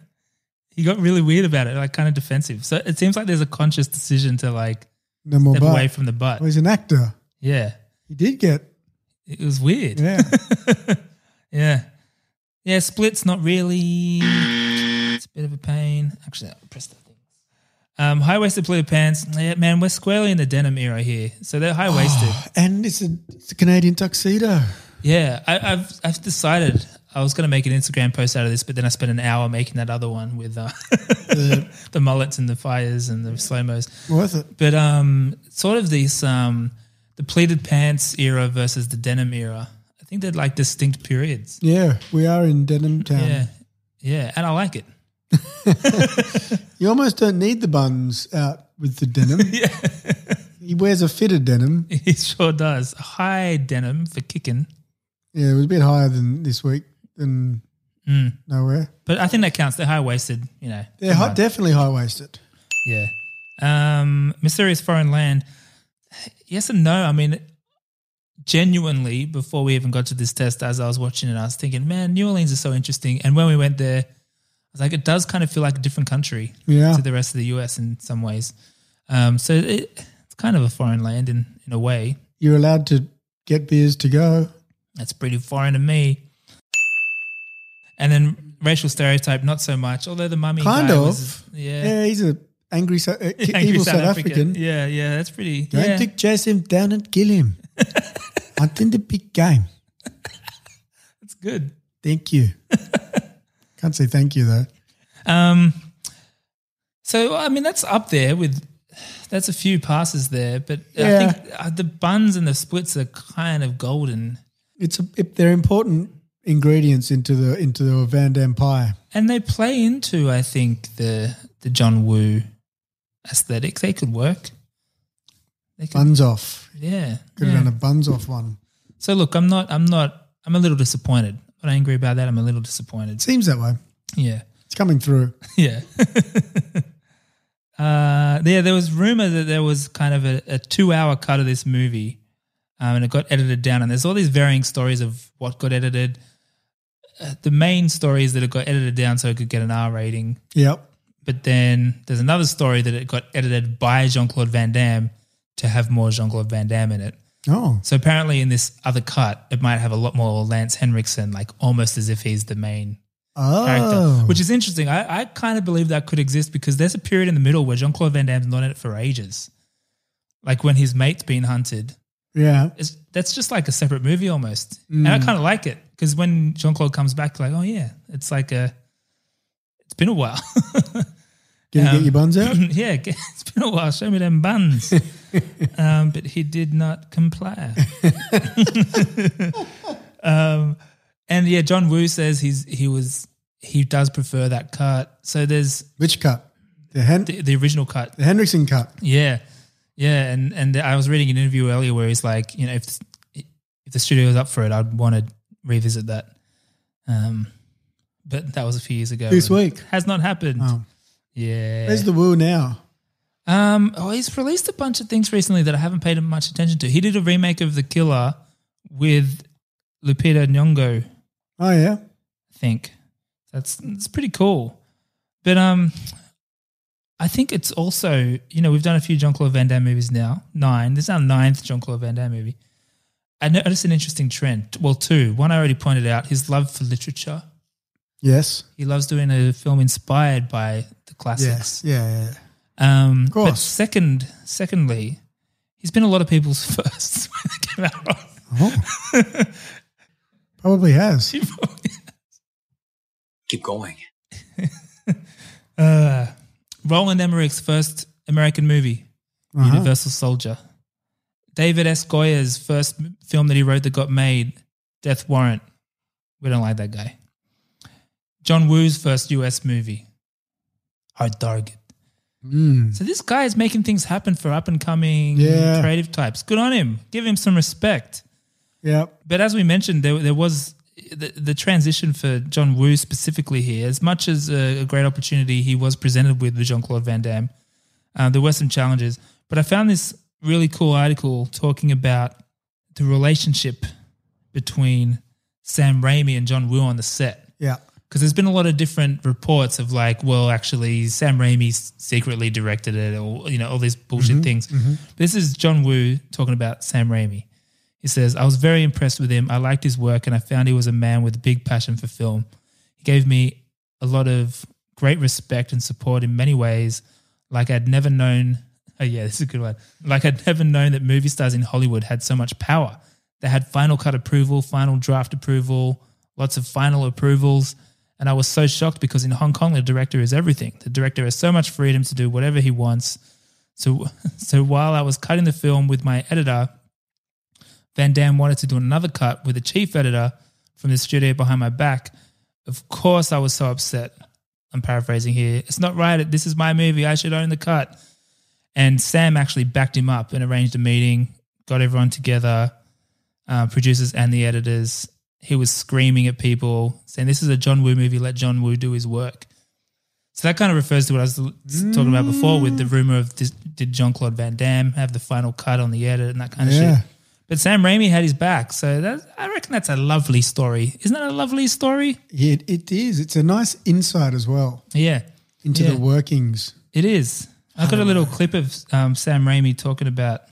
<laughs> he got really weird about it, like kind of defensive. So it seems like there's a conscious decision to like
No more
step
butt.
away from the butt.
Well, he's an actor.
Yeah,
He did get
it was weird. <laughs>
yeah.
yeah, yeah. Splits not really. It's a bit of a pain. Actually, I'll press that thing. Um, high waisted blue pants. Yeah, man, we're squarely in the denim era here. So they're high <sighs>
<sighs>
waisted.
and it's a it's a Canadian tuxedo.
Yeah, I, I've I've decided I was going to make an Instagram post out of this, but then I spent an hour making that other one with uh, <laughs> the mullets and the fires and the slow mos.
Worth it.
But um, sort of these um, the pleated pants era versus the denim era. I think they're like distinct periods.
Yeah, we are in Denham Town.
Yeah, yeah, and I like it. <laughs>
You almost don't need the buns out with
<laughs>
the denim. yeah. He wears a fitted denim.
It sure does. High denim for kicking,
Yeah, it was a bit higher than this week than nowhere.
but I think that counts. They're high waisted. You know, Hmm.
They're
Come
high,
on.
definitely high waisted.
Yeah. Um, mysterious foreign land. Yes and no. I mean, genuinely, before we even got to this test, as I was watching it, I was thinking, man, New Orleans is so interesting. And when we went there, I was like, it does kind of feel like a different country
Yeah.
to the rest of the US in some ways. Um, so it, it's kind of a foreign land in, in a way.
You're allowed to get beers to go.
That's pretty foreign to me. And then racial stereotype, not so much. Although the mummy
Kind
guy
of.
was- yeah,
Yeah, he's a angry, Sou- uh,
<laughs>
ki-
Angry
evil South, African.
Yeah, yeah, that's pretty.
Going
yeah.
to chase him down and
<laughs>
kill him. Until the big game.
That's good. <laughs>
Thank you. Can't say thank you though.
Um, so I mean, that's up there with that's a few passes there, but I think uh, the buns and the splits are kind of golden,
It's a, it, they're important ingredients into the into the Van Damme pie.
and they play into I think the the John Woo aesthetic. They could work. They could-
Buns off.
Yeah,
Could
yeah.
have done a buns off one.
So look, I'm not, I'm not, I'm a little disappointed. I'm not angry about that. I'm a little disappointed.
Seems that way.
Yeah.
It's coming through.
Yeah. <laughs> uh, yeah, there was rumor that there was kind of a, a two hour cut of this movie um, and it got edited down. And there's all these varying stories of what got edited. Uh, the main story is that it got edited down so it could get an R rating.
Yep.
But then there's another story that it got edited by Jean Claude Van Damme to have more Jean Claude Van Damme in it.
Oh.
So apparently in this other cut, it might have a lot more Lance Henriksen, like almost as if he's the main
Oh.
character, which is interesting. I, I kind of believe that could exist because there's a period in the middle where Jean Claude Van Damme's not in it for ages, like when his mate's been hunted.
Yeah.
It's, that's just like a separate movie almost, and I
Mm.
kind of like it because when Jean Claude comes back, like, oh yeah, it's like a, it's been a while. <laughs>
Gonna
Um,
get your buns
<clears throat>
out?
yeah, <laughs> get- it's been a while. Show me them
<laughs>
buns. um, but he did not comply. <laughs> um, and yeah, John Woo says he's he was he does prefer that cut. So there's
which cut? The Hen-
the, the original cut.
The Hendrickson cut.
Yeah, yeah, and and I was reading an interview earlier where he's like, you know, if if the studio was up for it, I'd want to revisit that. Um, but that was a few years ago.
This
and
week.
has not happened. Yeah,
Oh. Where's the woo now?
Um, oh, he's released a bunch of things recently that I haven't paid much attention to. He did a remake of The Killer with Lupita Nyong'o,
Oh yeah.
I think. That's that's pretty cool. But um, I think it's also you know we've done a few John Claude Van Damme movies now. Nine. This is our ninth John Claude Van Damme movie. I noticed an interesting trend. Well, two. One I already pointed out his love for literature.
Yes.
He loves doing a film inspired by the classics.
Yes. Yeah, yeah, yeah.
Um, But
course.
second, secondly, he's been a lot of people's <laughs> firsts when it came out.
<laughs> Probably has.
Keep going.
Uh, Roland Emmerich's first American movie,
Uh-huh.
Universal Soldier. David S. Goya's first m- film that he wrote that got made, Death Warrant. We don't like that guy. John Woo's first U.S. movie, Hard Target.
Mm.
So this guy is making things happen for up and coming
Yeah.
creative types. Good on him. Give him some respect.
Yeah.
But as we mentioned, there there was the, the transition for John Woo specifically here. As much as a, a great opportunity he was presented with with Jean Claude Van Damme, uh, there were some challenges. But I found this really cool article talking about the relationship between Sam Raimi and John Woo on the set.
Yeah.
Because there's been a lot of different reports of like, well, actually, Sam Raimi s- secretly directed it, or you know, all these bullshit
Mhm,
things.
mhm.
This is John Woo talking about Sam Raimi. He says, "I was very impressed with him. I liked his work, and I found he was a man with a big passion for film. He gave me a lot of great respect and support in many ways, like I'd never known. Oh yeah, <laughs> this is a good one. Like I'd never known that movie stars in Hollywood had so much power. They had final cut approval, final draft approval, lots of final approvals." And I was so shocked because in Hong Kong, the director is everything. The director has so much freedom to do whatever he wants. So, <laughs> so while I was cutting the film with my editor, Van Damme wanted to do another cut with the chief editor from the studio behind my back. Of course, I was so upset. I'm paraphrasing here. It's not right. This is my movie. I should own the cut. And Sam actually backed him up and arranged a meeting, got everyone together, uh, producers and the editors. He was screaming at people, saying, This is a John Woo movie. Let John Woo do his work. So that kind of refers to what I was l- talking about before with the rumor of this, did John Claude Van Damme have the final cut on the edit and that kind of
Yeah.
shit. But Sam Raimi had his back, so that I reckon that's a lovely story. Isn't that a lovely story?
Yeah, it- it is. It's a nice insight as well
Yeah,
into
Yeah.
the workings.
It is. I got a little clip of um, Sam Raimi talking about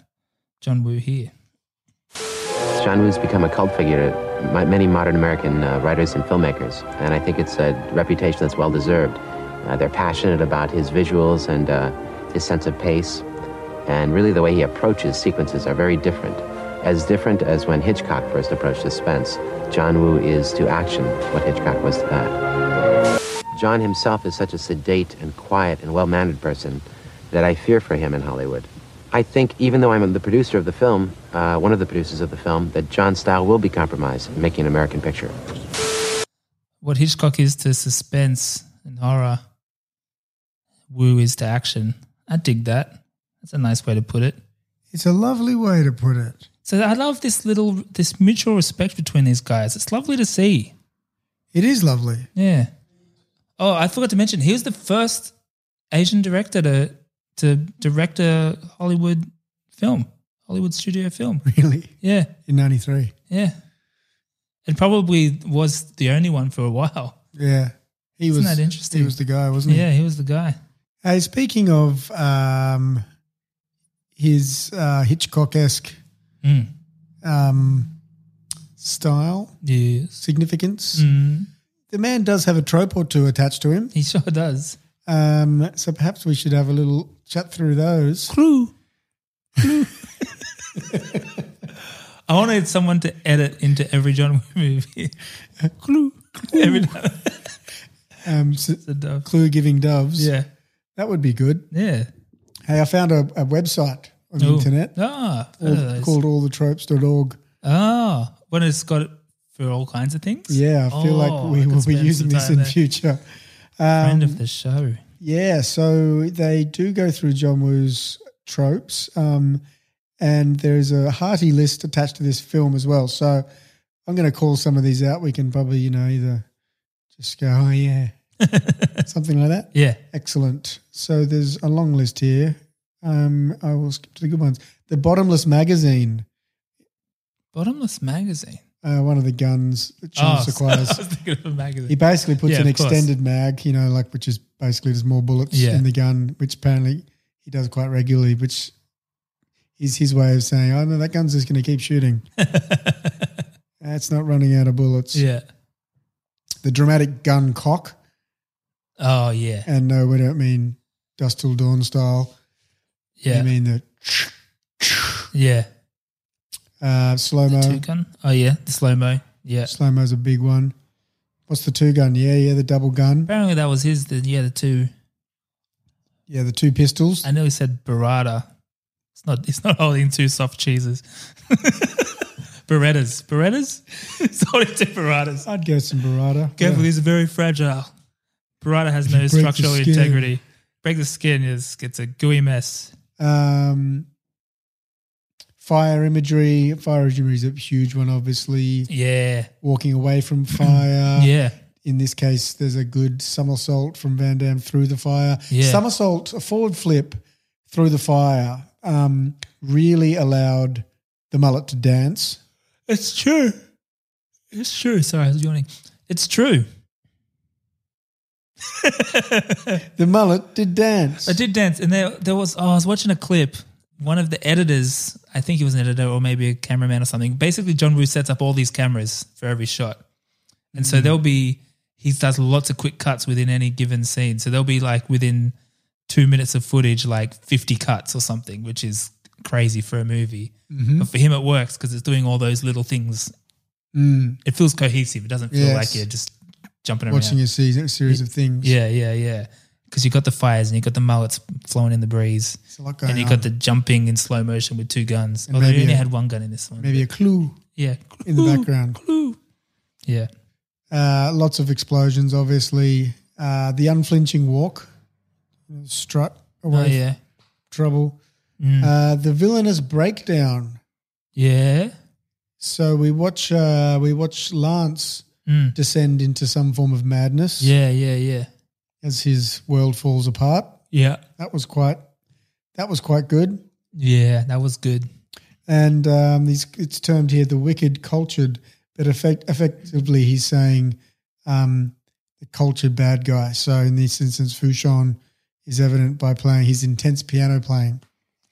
John Woo here.
John Woo's become a cult figure to my- many modern American uh, writers and filmmakers, and I think it's a reputation that's well deserved. Uh, they're passionate about his visuals and uh, his sense of pace, and really the way he approaches sequences are very different. As different as when Hitchcock first approached suspense, John Woo is to action what Hitchcock was to that. John himself is such a sedate and quiet and well mannered person that I fear for him in Hollywood. I think, even though I'm the producer of the film, uh, one of the producers of the film, that John's style will be compromised in making an American picture.
What Hitchcock is to suspense and horror, Woo is to action. I dig that. That's a nice way to put it.
It's a lovely way to put it.
So I love this little this mutual respect between these guys. It's lovely to see.
It is lovely. <laughs>
Yeah. Oh, I forgot to mention he was the first Asian director to to direct a Hollywood film, Hollywood studio film.
Really?
Yeah.
In 93.
Yeah. And probably was the only one for a while.
Yeah. He
Isn't
was
that interesting?
He was the guy, wasn't he?
Yeah, he was the guy.
Hey, speaking of um, his uh, Hitchcock esque
Mm.
um, style,
yes.
significance,
Mm.
the man does have a trope or two attached to him.
He sure does.
Um, so perhaps we should have a little chat through those.
Crew. <laughs> I wanted someone to edit into every John Woo movie.
<laughs>
Clue. Every time.
Um, s- Clue giving doves.
Yeah.
That would be good.
Yeah.
Hey, I found a, a website on the
Ooh.
internet
Ah,
all-
nice.
called allthetropes.org.
Ah, when it's got it for all kinds of things.
Yeah, I feel
Oh,
like
I
we
could
will be
spend some
using this
time
in
there.
future.
Friend
Um,
of the show.
Yeah, so they do go through John Woo's tropes, um, and there's a hearty list attached to this film as well. So I'm going to call some of these out. We can probably, you know, either just go,
<laughs>
oh yeah, something like that.
Yeah.
excellent. So there's a long list here. Um, I will skip to the good ones. The Bottomless Magazine,
Bottomless magazine.
uh, one of the guns that John
so <laughs>
acquires.
I was thinking of a magazine.
He basically
Ah.
puts
Yeah,
an
of course.
extended mag, you know, like which is basically there's more bullets
Yeah.
in the gun, which apparently he does quite regularly, which is his way of saying, "Oh no, that gun's just going to
<laughs>
keep shooting. That's not running out of bullets."
Yeah.
The dramatic gun cock,
Oh yeah.
and no, we don't mean dust till dawn style.
Yeah.
I mean the
Yeah.
uh, slow
Two
mo.
gun. Oh yeah. The slow mo. Yeah.
Slow mo's a big one. What's the two gun? Yeah, yeah, the double gun.
Apparently that was his. The yeah the two.
Yeah, the two pistols.
I nearly said burrata. It's not. It's not holding two soft cheeses. <laughs> Berettas. Berettas. <laughs> it's holding two burratas.
I'd go some Barada.
Careful, these are very fragile. Burrata has no
Break the
structural
skin.
integrity. Break the skin is it's a gooey mess.
Um, fire imagery. Fire imagery is a huge one, obviously.
Yeah.
Walking
<clears throat>
away from fire.
Yeah.
In this case, there's a good somersault from Van Damme through the fire.
Yeah.
Somersault, a forward flip through the fire, um, really allowed the mullet to dance.
It's true. It's true. Sorry, I was yawning. It's true.
The mullet did dance.
I did dance, and there there was. Oh, I was watching a clip. One of the editors, I think he was an editor or maybe a cameraman or something. Basically, John Woo sets up all these cameras for every shot, and
Mm.
so there'll be he does lots of quick cuts within any given scene. So there'll be like within two minutes of footage, like fifty cuts or something, which is crazy for a movie.
Mhm.
But for him, it works because it's doing all those little things.
Mm,
It feels cohesive. It doesn't feel
Yes.
like you're just jumping around.
watching a season, a series of things.
Yeah, yeah, yeah. Because you got the fires and you got the mullets flowing in the breeze,
a um, lot
and
going
you got
on.
the jumping in slow motion with two guns.
And
Although
maybe
you only
a-
had one gun in this one.
Maybe a clue
yeah,
in the
Clue,
background.
Clue. Yeah,
Uh, lots of explosions, obviously. Uh, the unflinching walk, strut away,
oh yeah,
trouble.
Mm.
Uh, the villainous breakdown.
yeah.
So we watch uh, we watch Lance
Mm.
descend into some form of madness
Yeah, yeah, yeah,
as his world falls apart.
yeah,
That was quite that was quite good.
yeah. That was good.
And um, these, it's termed here the wicked cultured, but effect, effectively he's saying um, the cultured bad guy. So in this instance, Fushan is evident by playing his intense piano playing.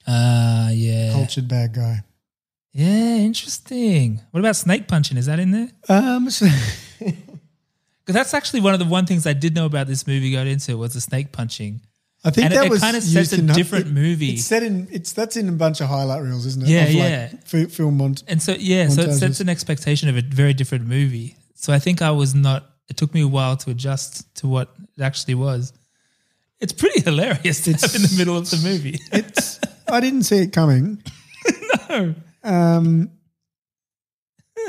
Ah, yeah.
Cultured bad guy.
Yeah, interesting. What about snake punching? Is that in there? <laughs>
Um,
that's actually one of the one things I did know about this movie going into was the snake punching.
I think
and
that
it,
was
it kind of
used
sets a
in-
different
it-
movie.
It's set in it's that's in a bunch of highlight reels, isn't it?
Yeah,
Of, like,
yeah.
fi- film mont-
And so yeah, so it
montages.
sets an expectation of a very different movie. So I think I was not. It took me a while to adjust to what it actually was. It's pretty <laughs> hilarious to have in the middle of the movie.
It's I didn't see it coming.
<laughs> no.
Um,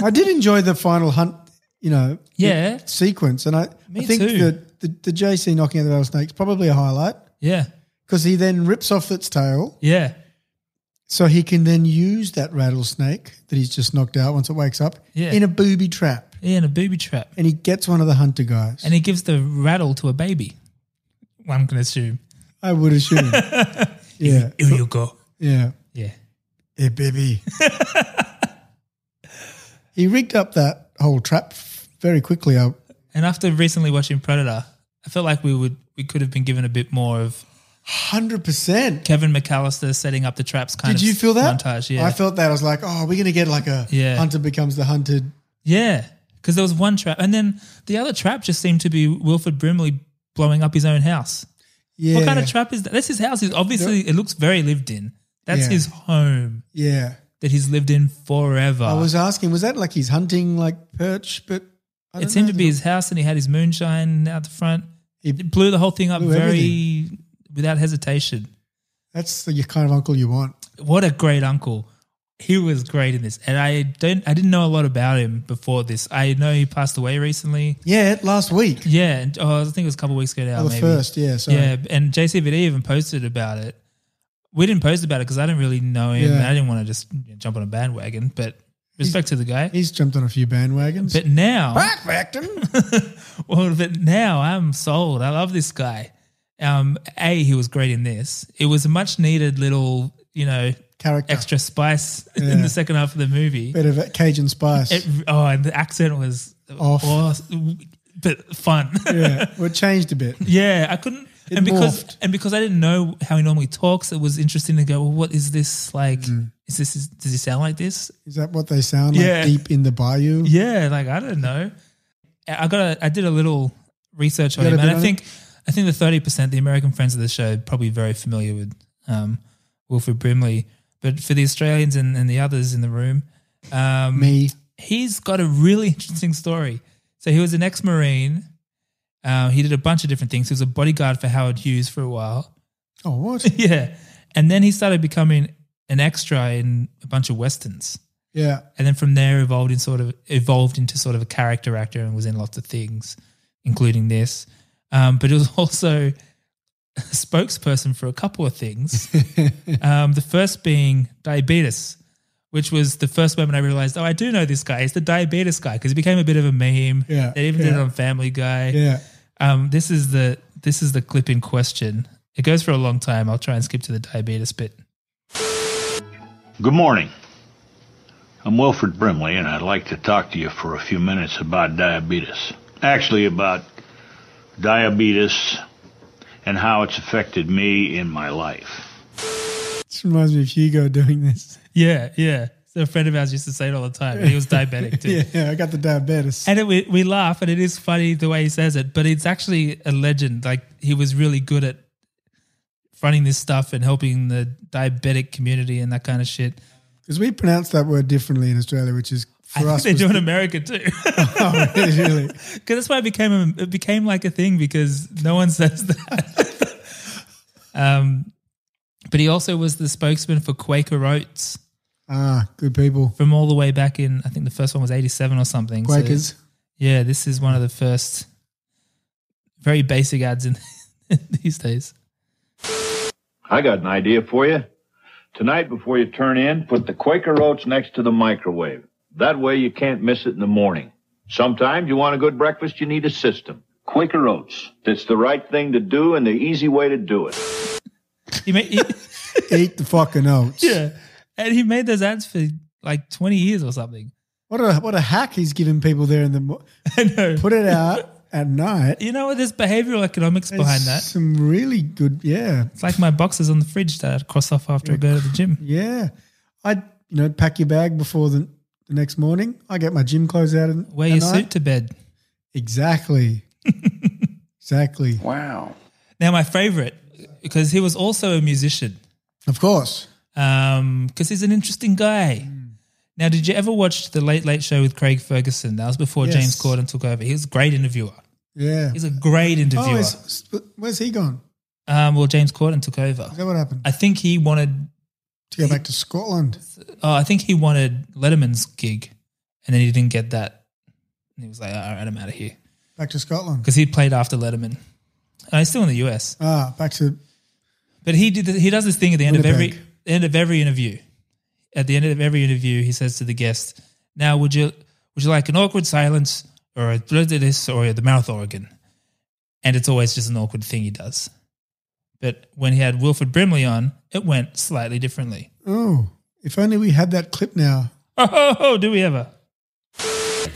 I did enjoy the final hunt, you know,
Yeah.
sequence, and I,
Me
I think
too.
that the, the JC knocking out the rattlesnake's probably a highlight
<laughs> yeah,
because he then rips off its tail,
yeah,
so he can then use that rattlesnake that he's just knocked out once it wakes up
Yeah.
in a booby trap,
yeah, and a booby trap,
and he gets one of the hunter guys.
and he gives the rattle to a baby. One can assume.
I
<laughs>
would assume, yeah,
Here you go.
yeah,
Yeah.
yeah, baby. <laughs> he rigged up that whole trap very quickly. I
And after recently watching Predator, I felt like we would we could have been given a bit more of
hundred percent
Kevin McAllister setting up the traps kind
Did
of
you feel that?
montage. Yeah,
I felt that. I was like, oh, we're going to get like a
Yeah.
hunter becomes the hunted.
Yeah, because there was one trap, and then the other trap just seemed to be Wilfred Brimley blowing up his own house.
Yeah.
What kind of trap is that? That's his house. He's obviously it looks very lived in. That's
Yeah.
his home
Yeah.
that he's lived in forever.
I was asking, was that like he's hunting like perch? But I
it
don't
seemed
know.
to be his house, and he had his moonshine out the front. He blew the whole thing up
blew
very without hesitation.
That's the kind of uncle you want.
What a great uncle! He was great in this, and I don't, I didn't know a lot about him before this. I know he passed away recently.
Yeah, last week.
Yeah, and, oh, I think it was a couple of weeks ago now.
Oh, the
maybe.
first, yeah, sorry.
yeah, and JCVD even posted about it. We didn't post about it because I didn't really know him.
Yeah.
and I didn't want to just you know, jump on a bandwagon, but respect to the guy.
He's jumped on a few bandwagons.
But now, <laughs>
Bandwagon?
well, but now I'm sold. I love this guy. Um, a he was great in this. It was a much needed little, you know,
Character.
extra spice
Yeah.
in the second half of the movie.
Bit of Cajun spice.
It, oh, and the accent was
Off.
awesome, but fun.
yeah. Well, it changed a bit.
<laughs> Yeah, I couldn't.
It
and because and because I didn't know how he normally talks, it was interesting to go. Well, what is this like?
Mm.
Is this is, does he sound like this?
Is that what they sound like
Yeah.
deep in the bayou?
Yeah, like I don't know. I I got a, I did a little research on
You
him,
got a
and
bit
I
on
think I think the thirty percent, the American friends of the show, are probably very familiar with um, Wilfred Brimley, but for the Australians and, and the others in the room, um,
Me.
he's got a really <laughs> interesting story. So he was an ex-marine. Uh, he did a bunch of different things. He was a bodyguard for Howard Hughes for a while. <laughs>
Oh, what?
yeah, and then he started becoming an extra in a bunch of westerns
Yeah.
and then from there evolved in sort of evolved into sort of a character actor and was in lots of things, including this. Um, but it was <laughs> also a spokesperson for a couple of
<laughs>
things. um, the first being diabetes, which was the first moment I realized, oh, I do know this guy. It's the diabetes guy because he became a bit of a meme.
Yeah,
they even did it
yeah.
on Family Guy.
Yeah.
Um, this is the this is the clip in question. It goes for a long time. I'll try and skip to the diabetes bit.
Good morning. I'm Wilfred Brimley, and I'd like to talk to you for a few minutes about diabetes. Actually, about diabetes and how it's affected me in my life.
This reminds me of Hugo doing this.
Yeah, yeah. So a friend of ours used to say it all the time. and He was diabetic too.
<laughs> yeah, yeah, I got the diabetes.
And it, we, we laugh, and it is funny the way he says it, but it's actually a legend. Like, he was really good at running this stuff and helping the diabetic community and that kind of shit.
Because we pronounce that word differently in Australia, which is
I
for
think
us.
they
was
do in
the-
America too.
<laughs>
<laughs>
Oh, really?
Because that's why it became, a, it became like a thing because no one <laughs> says that. um, but he also was the spokesman for Quaker Oats.
Ah, good people.
From all the way back in, I think the first one was 87 or something. So-
Quakers.
yeah, this is one of the first very basic ads in <laughs> these days.
I got an idea for you. Tonight, before you turn in, put the Quaker Oats next to the microwave. That way you can't miss it in the morning. Sometimes you want a good breakfast, you need a system. Quaker Oats. It's the right thing to do and the easy way to do it.
He made, he, <laughs>
Eat the fucking oats.
yeah, and he made those ads for like twenty years or something. <laughs>
What a what a hack he's giving people there in the. mo-
I know. <laughs>
Put it out. at night.
You know what? There's behavioral economics behind that.
Some really good, yeah.
It's like my boxes on the fridge that I'd cross off after I go to the gym.
Yeah. I'd, you know, pack your bag before the, the next morning. I get my gym clothes out. And,
Wear your suit to bed.
Exactly. exactly.
Wow. Now, my favorite, because he was also a musician.
Of course.
Because he's an interesting guy.
Hmm.
Now, did you ever watch The Late Late Show with Craig Ferguson? That was before
Yes.
James Corden took over. He was a great interviewer.
Yeah.
He's a great interviewer.
Oh, is- where's he gone?
Um, well, James Corden took over.
Is that what happened?
I think he wanted.
To go back to Scotland.
Oh, I think he wanted Letterman's gig, and then he didn't get that. And he was like, "All right, I'm out of here,"
Back to Scotland.
because he played after Letterman. Uh, he's still in the US,
Ah, back to
but he did. The, he does this thing at the end of
Winnipeg.
every end of every interview. At the end of every interview, he says to the guest, "Now, would you would you like an awkward silence, or a blah, blah, this, or the mouth organ?" And it's always just an awkward thing he does. But when he had Wilfred Brimley on, it went slightly differently. <laughs>
Oh, if only we had that clip now.
Oh, do we ever?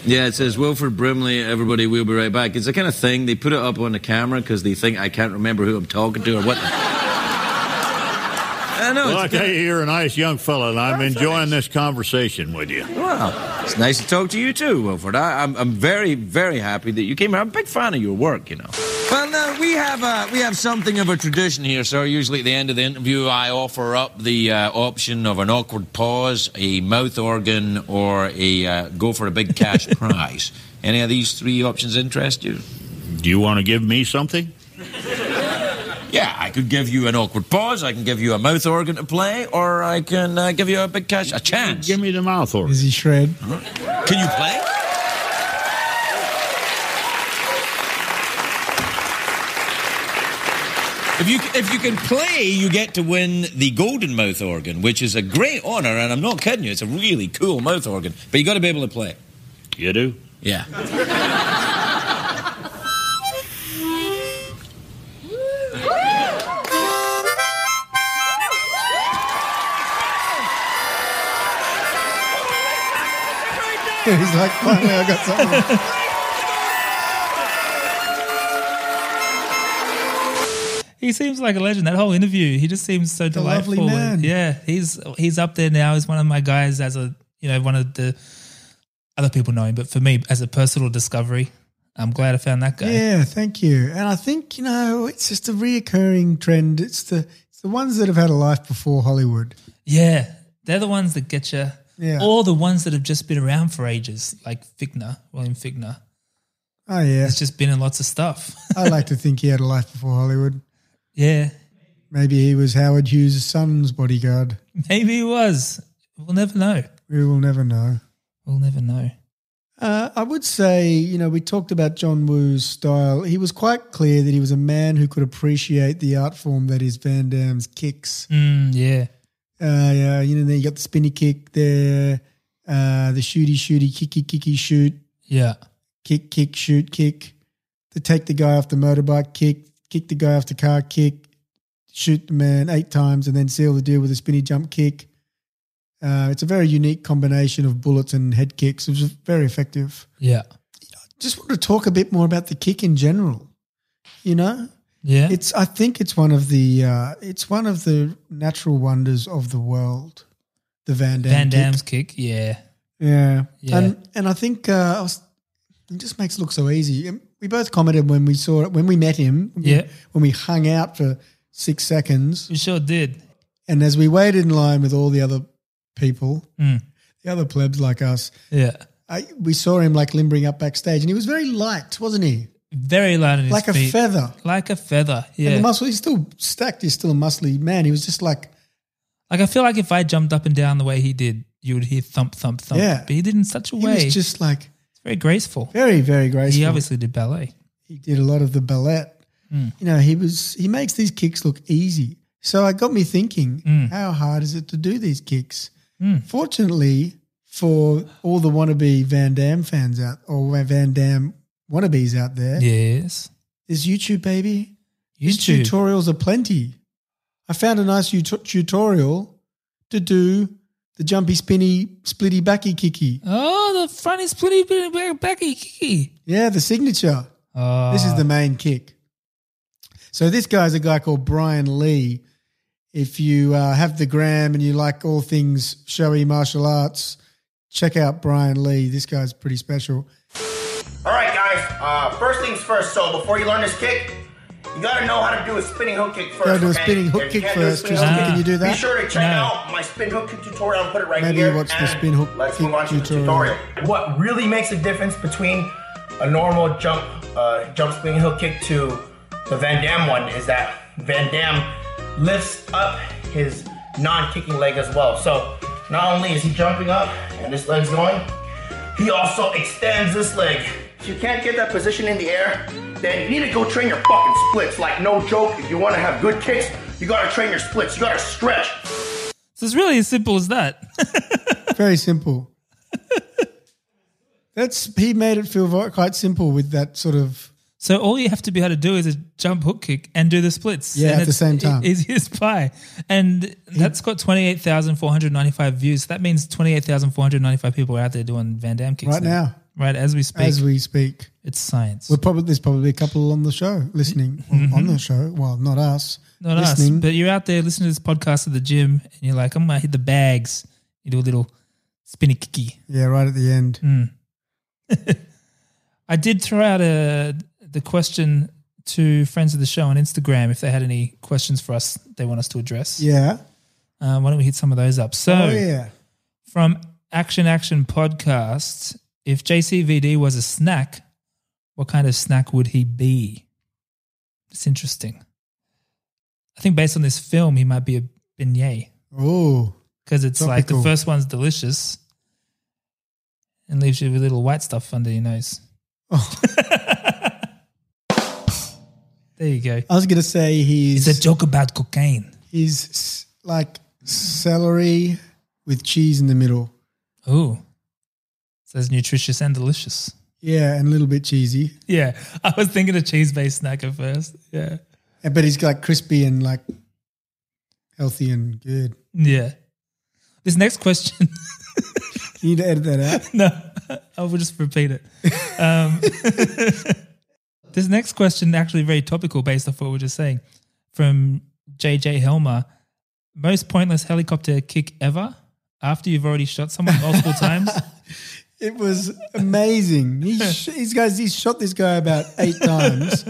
Yeah, it says Wilfred Brimley, everybody, we'll be right back. It's the kind of thing they put it up on the camera because they think I can't remember who I'm talking to
<laughs>
or what. I know.
Well,
it's
I
a
tell
bit-
you, you're a nice young fella, and I'm enjoying this conversation with you.
Well, it's nice to talk to you too, Wilfred. I, I'm, I'm very, very happy that you came here. I'm a big fan of your work, you know. Well, now we have uh, we have something of a tradition here, sir. Usually at the end of the interview, I offer up the uh, option of an awkward pause, a mouth organ, or a uh, go for a big cash <laughs> prize. Any of these three options interest you?
Do you want to give me something?
Yeah, I could give you an awkward pause. I can give you a mouth organ to play, or I can uh, give you a big cash, a chance.
Give me the mouth organ.
Is he shred?
Can you play? If you if you can play, you get to win the golden mouth organ, which is a great honor, and I'm not kidding you. It's a really cool mouth organ, but you got to be able to play.
You do?
Yeah.
<laughs> He's like, finally, I got something.
He seems like a legend. That whole interview, he just seems so delightful.
lovely
and-
man.
Yeah, he's he's up there now. He's one of my guys as a you know one of the other people know him, but for me as a personal discovery, I'm glad I found that guy.
Yeah, thank you. And I think you know it's just a reoccurring trend. It's the it's the ones that have had a life before Hollywood.
Yeah, they're the ones that get you.
Yeah.
Or the ones that have just been around for ages, like Figner, William Figner.
Oh yeah,
He's just been in lots of stuff. <laughs>
I like to think he had a life before Hollywood.
Yeah,
maybe he was Howard Hughes' son's bodyguard.
Maybe he was. We'll never know.
We will never know.
We'll never know.
Uh, I would say, you know, we talked about John Woo's style. He was quite clear that he was a man who could appreciate the art form that is Van Damme's kicks.
Mm, yeah.
Uh, yeah, you know, then you got the spinny kick there, uh, the shooty, shooty, kicky, kicky, shoot,
Yeah.
kick, kick, shoot, kick, the take the guy off the motorbike kick, kick the guy off the car kick, shoot the man eight times, and then seal the deal with a spinny jump kick. Uh, it's a very unique combination of bullets and head kicks. It was very effective
Yeah.
just want to talk a bit more about the kick in general. You know,
Yeah.
it's. I think it's one of the. Uh, it's one of the natural wonders of the world. The Van Damme.
Van
kick.
Damme's kick. Yeah.
Yeah.
Yeah.
And and I think uh, I was, it just makes it look so easy. And We both commented when we saw it when we met him. when we-
Yeah.
When we hung out for six seconds.
We sure did.
And as we waited in line with all the other people,
Mm.
the other plebs like us,
Yeah.
I, we saw him like limbering up backstage, and he was very light, wasn't he?
Very light on his
Like a
feet.
feather.
Like a feather.
And
Yeah.
the muscle, he's still stacked. He's still a muscly man. He was just like,
like I feel like if I jumped up and down the way he did, you would hear thump, thump, thump.
Yeah.
But he did in such a
he
way.
was just like
it's very graceful.
very, very graceful.
He obviously did ballet.
he did a lot of the ballet.
Mm.
You know, he was he makes these kicks look easy. So it got me thinking,
Mm.
how hard is it to do these kicks?
Hmm.
Fortunately, for all the wannabe Van Damme fans out or Van Damme wannabes out there,
Yes.
there's YouTube, baby. These
YouTube.
tutorials are plenty. I found a nice ut- tutorial to do the jumpy, spinny, splitty, backy, kicky.
Oh, the front is pretty, Oh, pretty backy, kicky.
Yeah, the signature. this is the main kick. So this guy's a guy called Brian Lee. If you uh, have the gram and you like all things showy martial arts, check out Brian Lee. This guy's pretty special.
All right, guys. Uh, first things first. So before you learn this kick, you gotta know how to do a spinning hook kick first.
Gotta do a
okay?
spinning hook
If you
kick
can't do a
first,
spinning
Tristan,
hook
can you do that?
Be sure to check
No.
out my spin hook kick tutorial. I'll put it right
Maybe
here.
you watch the
and
spin hook
Let's
kick
move on to the
tutorial.
tutorial. What really makes a difference between a normal jump, uh, jump spinning hook kick to the Van Dam one is that Van Dam lifts up his non-kicking leg as well. So not only is he jumping up and this leg's going, he also extends this leg. If you can't get that position in the air, then you need to go train your fucking splits. Like, no joke, if you want to have good kicks, you gotta train your splits. You gotta stretch.
So it's really as simple as that. <laughs>
Very simple. That's he made it feel vi- quite simple with that sort of
So all you have to be able to do is a jump hook kick and do the splits.
Yeah,
and
at the
it's
same time.
e- Easy <laughs> as pie. And that's got 28,495 views. That means 28,495 people are out there doing Van Damme kicks.
Right now.
Right as we speak.
as we speak.
It's science.
We're probably there's probably a couple on the show listening
Mhm.
on the show. Well, not us.
Not
listening.
us, but you're out there listening to this podcast at the gym and you're like, I'm going to hit the bags. You do a little spinny kicky.
Yeah, right at the end.
Mm. I did throw out a, the question to friends of the show on Instagram if they had any questions for us they want us to address.
Yeah.
Uh, why don't we hit some of those up? So,
Oh, yeah.
from Action Action Podcast, if JCVD was a snack, what kind of snack would he be? It's interesting. I think based on this film, he might be a beignet.
Oh.
Because it's like the
Topical.
first one's delicious and leaves you with little white stuff under your nose. <laughs> there you go.
I was gonna say he's
It's a joke about cocaine.
He's s- like celery with cheese in the middle.
Oh. Says nutritious and delicious.
Yeah, and a little bit cheesy.
Yeah. I was thinking a cheese based snack at first. Yeah.
Yeah, But he's like crispy and like healthy and good.
Yeah. This next question. <laughs>
you need to edit that out.
no, I will just repeat it. Um, <laughs> this next question actually very topical based off what we were just saying from JJ Helmer. Most pointless helicopter kick ever after you've already shot someone multiple times.
It was
<laughs>
amazing. He sh- he's guys he shot this guy about eight times,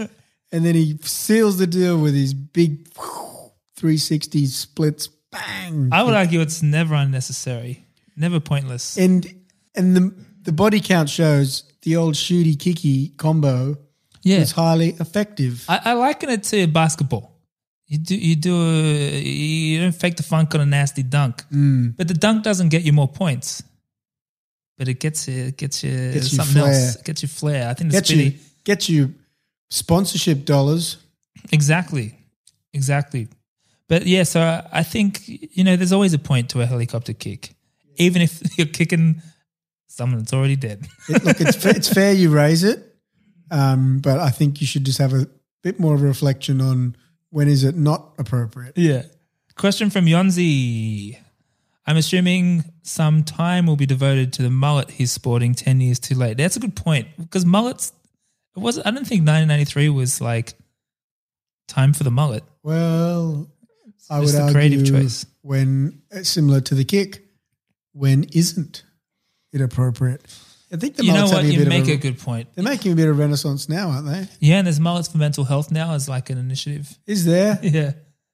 and then he seals the deal with his big 360 splits. Bang!
I would argue it's never unnecessary, never pointless.
and and the the body count shows the old shooty kicky combo
Yeah.
was highly effective.
I, I liken it to basketball. You do you do a, you don't fake the funk on a nasty dunk,
Mm.
but the dunk doesn't get you more points. But it gets you it gets you
Gets you
something
flair.
else. It gets you flair. I think the
Get
spinny
you get you sponsorship dollars.
exactly exactly. But yeah, so I, I think you know there's always a point to a helicopter kick, even if <laughs> you're kicking someone that's already dead. <laughs>
It- look, it's, fa- it's fair you raise it, um, but I think you should just have a bit more of a reflection on when is it not appropriate.
Yeah. Question from Yonzi. I'm assuming some time will be devoted to the mullet he's sporting 10 years too late. That's a good point because mullets, it was, I don't think 1993 was like time for the mullet.
Well, I
It's
would
the
argue
creative choice.
when it's similar to the kick, when isn't it appropriate? I think the
You know
mullets
what?
having a
You
bit
make
of
a good point.
They're making a bit of renaissance now, aren't they?
Yeah, and there's mullets for mental health now as like an
<laughs>
initiative.
Is there?
Yeah.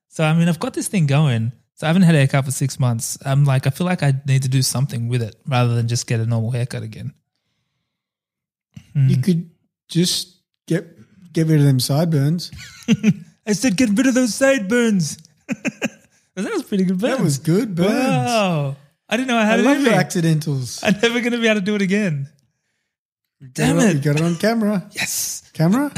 So, I mean, I've got this thing going. So, I haven't had a haircut for six months. I'm like, I feel like I need to do something with it rather than just get a normal haircut again. Mm.
You could just get get rid of
<laughs>
them sideburns.
I said, get rid of those sideburns. <laughs> that was pretty good burns.
That was good burns.
Wow. I didn't know I
I
had it
love
in
your
me. <laughs>
accidentals.
I'm never going to be able to do it again. Ah, Damn
You got
it.
You got it
<laughs>
on camera.
Yes.
Camera?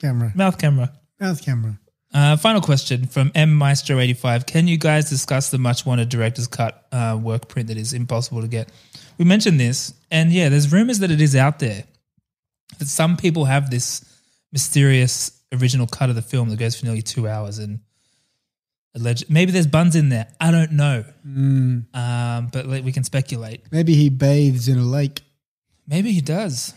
camera.
Mouth camera.
Mouth camera.
Uh, final question from M Maestro85. Can you guys discuss the much wanted director's cut uh, work print that is impossible to get? We mentioned this, and yeah, there's rumors that it is out there. That some people have this mysterious original cut of the film that goes for nearly two hours, and alleged maybe there's buns in there. I don't know,
Mm.
um, but like, we can speculate.
Maybe he bathes in a lake.
Maybe he does.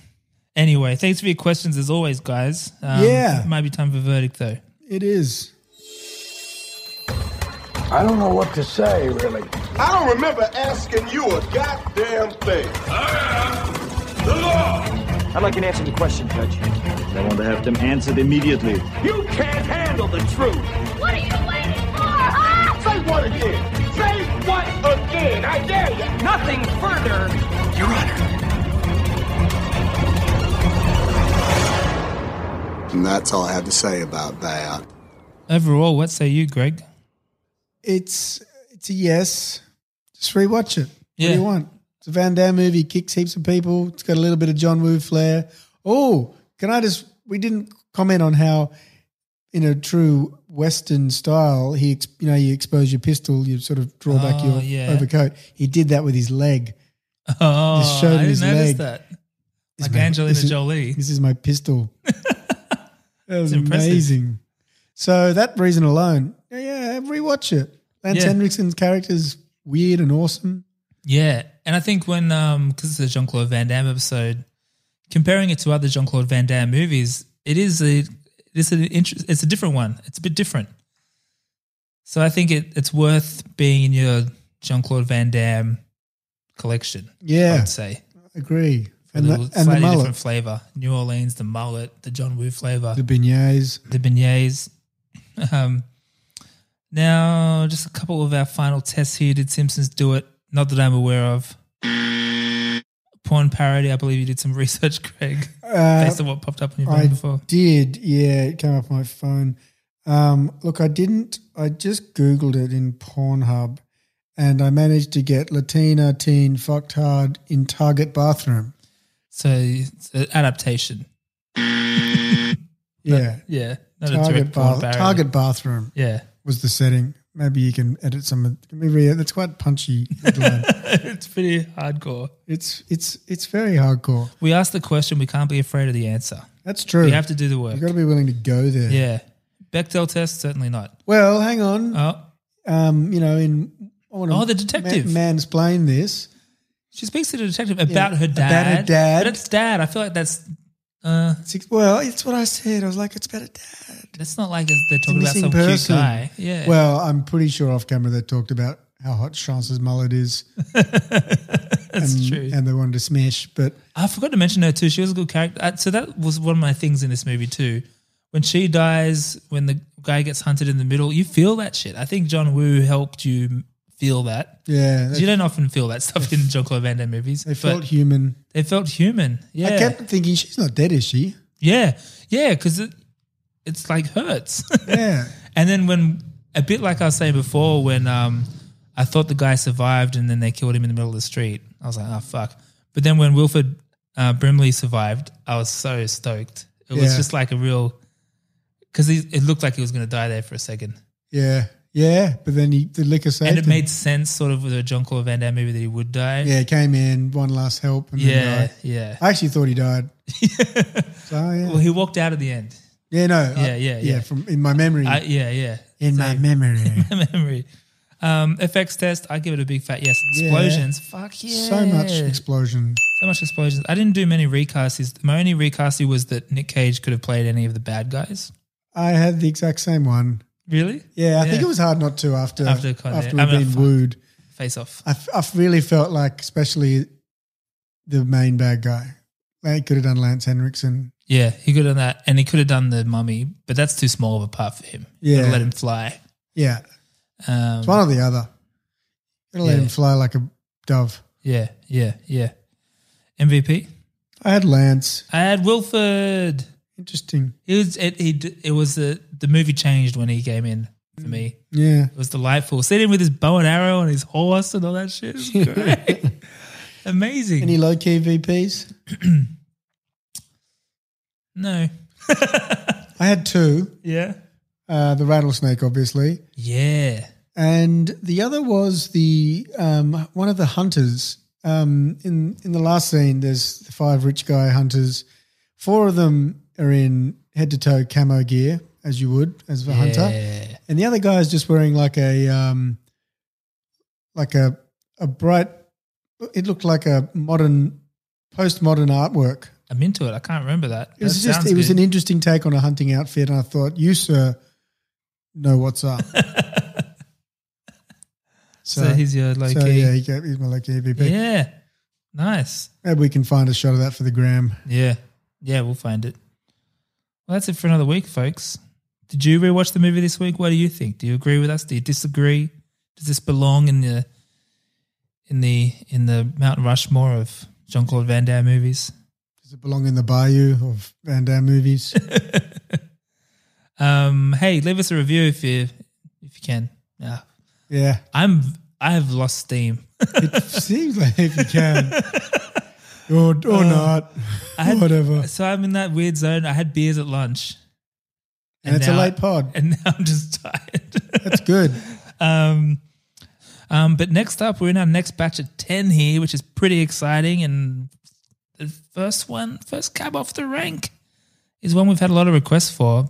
Anyway, thanks for your questions as always, guys.
Yeah.
It might be time for verdict though.
It is.
I don't know what to say, really.
I don't remember asking you a goddamn thing.
I'd like an answer to the question, Judge. I want to have them answered immediately.
You can't handle the truth. What are you waiting for? Say what again? Say what again? I dare you. Nothing further, Your Honor.
And that's all I have to say about that.
Overall, what say you, Greg?
It's it's a yes. Just rewatch it. What
Yeah.
do you want? It's a Van Damme movie. Kicks heaps of people. It's got a little bit of John Woo flair. Oh, can I just? We didn't comment on how, in a true Western style, he ex- you know you expose your pistol, you sort of draw back
Oh,
your
yeah.
overcoat. He did that with his leg.
Oh,
Just showed
I
him
didn't
his
notice
leg.
that.
This
Like
is my-
Angelina
this is-
Jolie.
This is my
<laughs>
pistol. that was
impressive.
amazing. So that reason alone, yeah, yeah, rewatch it. Lance
Yeah.
Henriksen's character's weird and awesome.
Yeah, and I think when um because it's a Jean Claude Van Damme episode, comparing it to other Jean Claude Van Damme movies, it is a it's an interest, it's a different one. It's a bit different. So I think it, it's worth being in your Jean Claude Van Damme collection.
Yeah.
I'd say.
Agree.
For
And
the,
the, and the
slightly
mullet,
different flavor. New Orleans, the mullet, the John Woo flavor,
the beignets.
the beignets. Um, now, just a couple of our final tests here. Did Simpsons do it? Not that I'm aware of. Porn parody. I believe you did some <laughs> research, Craig,
Uh,
based on what popped up on your phone
I
before.
did. Yeah, it came up on my phone. Um, look, I didn't. I just googled it in Pornhub, and I managed to get Latina teen fucked hard in Target bathroom.
So it's an adaptation.
Yeah,
yeah, not a
Target
direct porn
bath,
parody.
Target bathroom.
Yeah. <laughs>
was the setting. Maybe you can edit some. of Maybe that's
<laughs>
quite punchy. headline.
it's pretty hardcore.
It's it's it's very hardcore.
We asked the question. We can't be afraid of the answer.
That's true.
You have to do the work.
You've got to be willing to go there.
Yeah. Bechdel test certainly not.
Well, hang on.
Oh.
Um, you know, in I wanna
Oh, the detective.
ma- mansplain this.
She speaks to the detective about
Yeah,
her dad.
about her dad.
But it's dad. I feel like that's. Uh,
Six, well, it's what I said. I was like, it's about a dad.
It's not like they're
It's a
talking about
missing
some
person.
cute guy. Yeah.
Well, I'm pretty sure off camera they talked about how hot Chance's
<laughs>
mullet is. That's and,
true.
And they wanted to smash, but
I forgot to mention her too. She was a good character. Uh, So that was one of my things in this movie too. When she dies, when the guy gets hunted in the middle, you feel that shit. I think John Woo helped you feel that.
Yeah,
'Cause you don't often feel that stuff in John Claude Van Damme movies.
they felt human.
They felt human. Yeah.
I kept thinking she's not dead, is
<laughs>
she?
Yeah, yeah, because it it's like hurts. <laughs>
Yeah.
and then when a bit like I was saying before, when um I thought the guy survived and then they killed him in the middle of the street, I was like, oh fuck. But then when Wilfred uh, Brimley survived, I was so stoked. It was
Yeah.
just like a real because it looked like he was going to die there for a second,
Yeah, yeah. But then he, the liquor saved
and it
him.
made sense, sort of, with a John Claude Van Damme movie that he would die.
Yeah, he came in, one last help, and
Yeah,
then died.
yeah.
I actually thought he
<laughs>
died. so, yeah.
Well, he walked out at the end.
yeah, no, I-
Yeah, yeah, yeah.
From in my memory,
I- yeah, yeah.
in my
<laughs>
memory,
memory. Um, FX test, I give it a big fat yes.
Yeah.
Explosions, fuck yeah.
so much explosion.
So much explosions. I didn't do many recasts. My only recast was that Nick Cage could have played any of the bad guys.
I had the exact same one.
Really?
Yeah, I think
Yeah.
it was hard not to after
After
after,
Con Air.
we've
I mean,
been
fuck.
wooed.
Face off.
I, f- I f- really felt like, especially the main bad guy. They could have done Lance Henriksen.
Yeah, he could have done that. And he could have done the mummy, but that's too small of a part for him.
Yeah.
Gotta Let him fly.
Yeah,
Um,
it's one or the other. Gonna let
yeah.
him fly like a dove.
Yeah, yeah, yeah. MVP?
I had Lance.
I had Wilford.
Interesting.
It was it. He d- it was the the movie changed when he came in for me.
Yeah.
it was delightful. Sitting with his bow and arrow and his horse and all that shit. It
<laughs>
was great. Amazing.
Any low key VPs?
no.
I had two.
Yeah.
Uh, the rattlesnake, obviously,
Yeah.
and the other was the um, one of the hunters. Um, in in the last scene, there's the five rich guy hunters. Four of them are in head to toe camo gear, as you would as a
Yeah.
hunter, and the other guy is just wearing like a um, like a a bright. It looked like a modern postmodern artwork
I'm into it. I can't remember that.
It was
That
just
sounds
it was
good.
an interesting take on a hunting outfit, and I thought you, sir, know what's up.
<laughs> So he's your low key.
yeah, he gave, he's my low key MVP.
Yeah. Nice.
Maybe we can find a shot of that for the gram.
Yeah. Yeah, we'll find it. Well, that's it for another week, folks. Did you rewatch the movie this week? What do you think? Do you agree with us? Do you disagree? Does this belong in the in the in the Mount Rushmore of Jean Claude Van Damme movies?
Does it belong in the bayou of Van
<laughs>
Damme movies?
Um, hey, leave us a review if you if you can. Yeah.
Yeah.
I'm I have lost steam.
it seems like if
<laughs>
you can, or or not,
Uh, I had,
whatever.
So I'm in that weird zone. I had beers at lunch,
And it's a
now-
late pod.
<laughs> and now I'm just tired. <laughs>
That's good.
um, um, but next up, we're in our next batch of ten here, which is pretty exciting. And the first one, first cab off the rank, is one we've had a lot of requests for.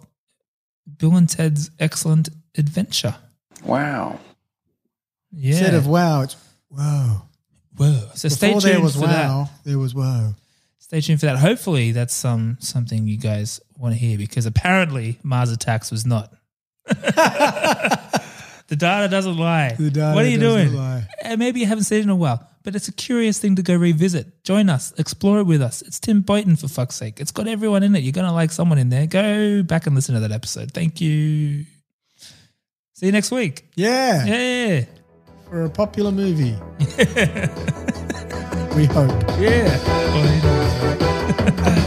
Bill and Ted's Excellent Adventure.
Wow.
Yeah.
Instead of wow, it's wow.
Whoa. So stay
Before
tuned
there was
for
wow,
that.
there was wow.
Stay tuned for that. Hopefully, that's um, something you guys want to hear because apparently Mars Attacks was not. <laughs> the data doesn't lie.
The data
what are you
doesn't
doing?
lie.
Eh, Maybe you haven't seen it in a while, but it's a curious thing to go revisit. Join us, explore it with us. It's Tim Boyton, for fuck's sake. It's got everyone in it. You're going to like someone in there. Go back and listen to that episode. Thank you. See you next week.
Yeah.
Yeah.
For a popular movie. we hope.
Yeah.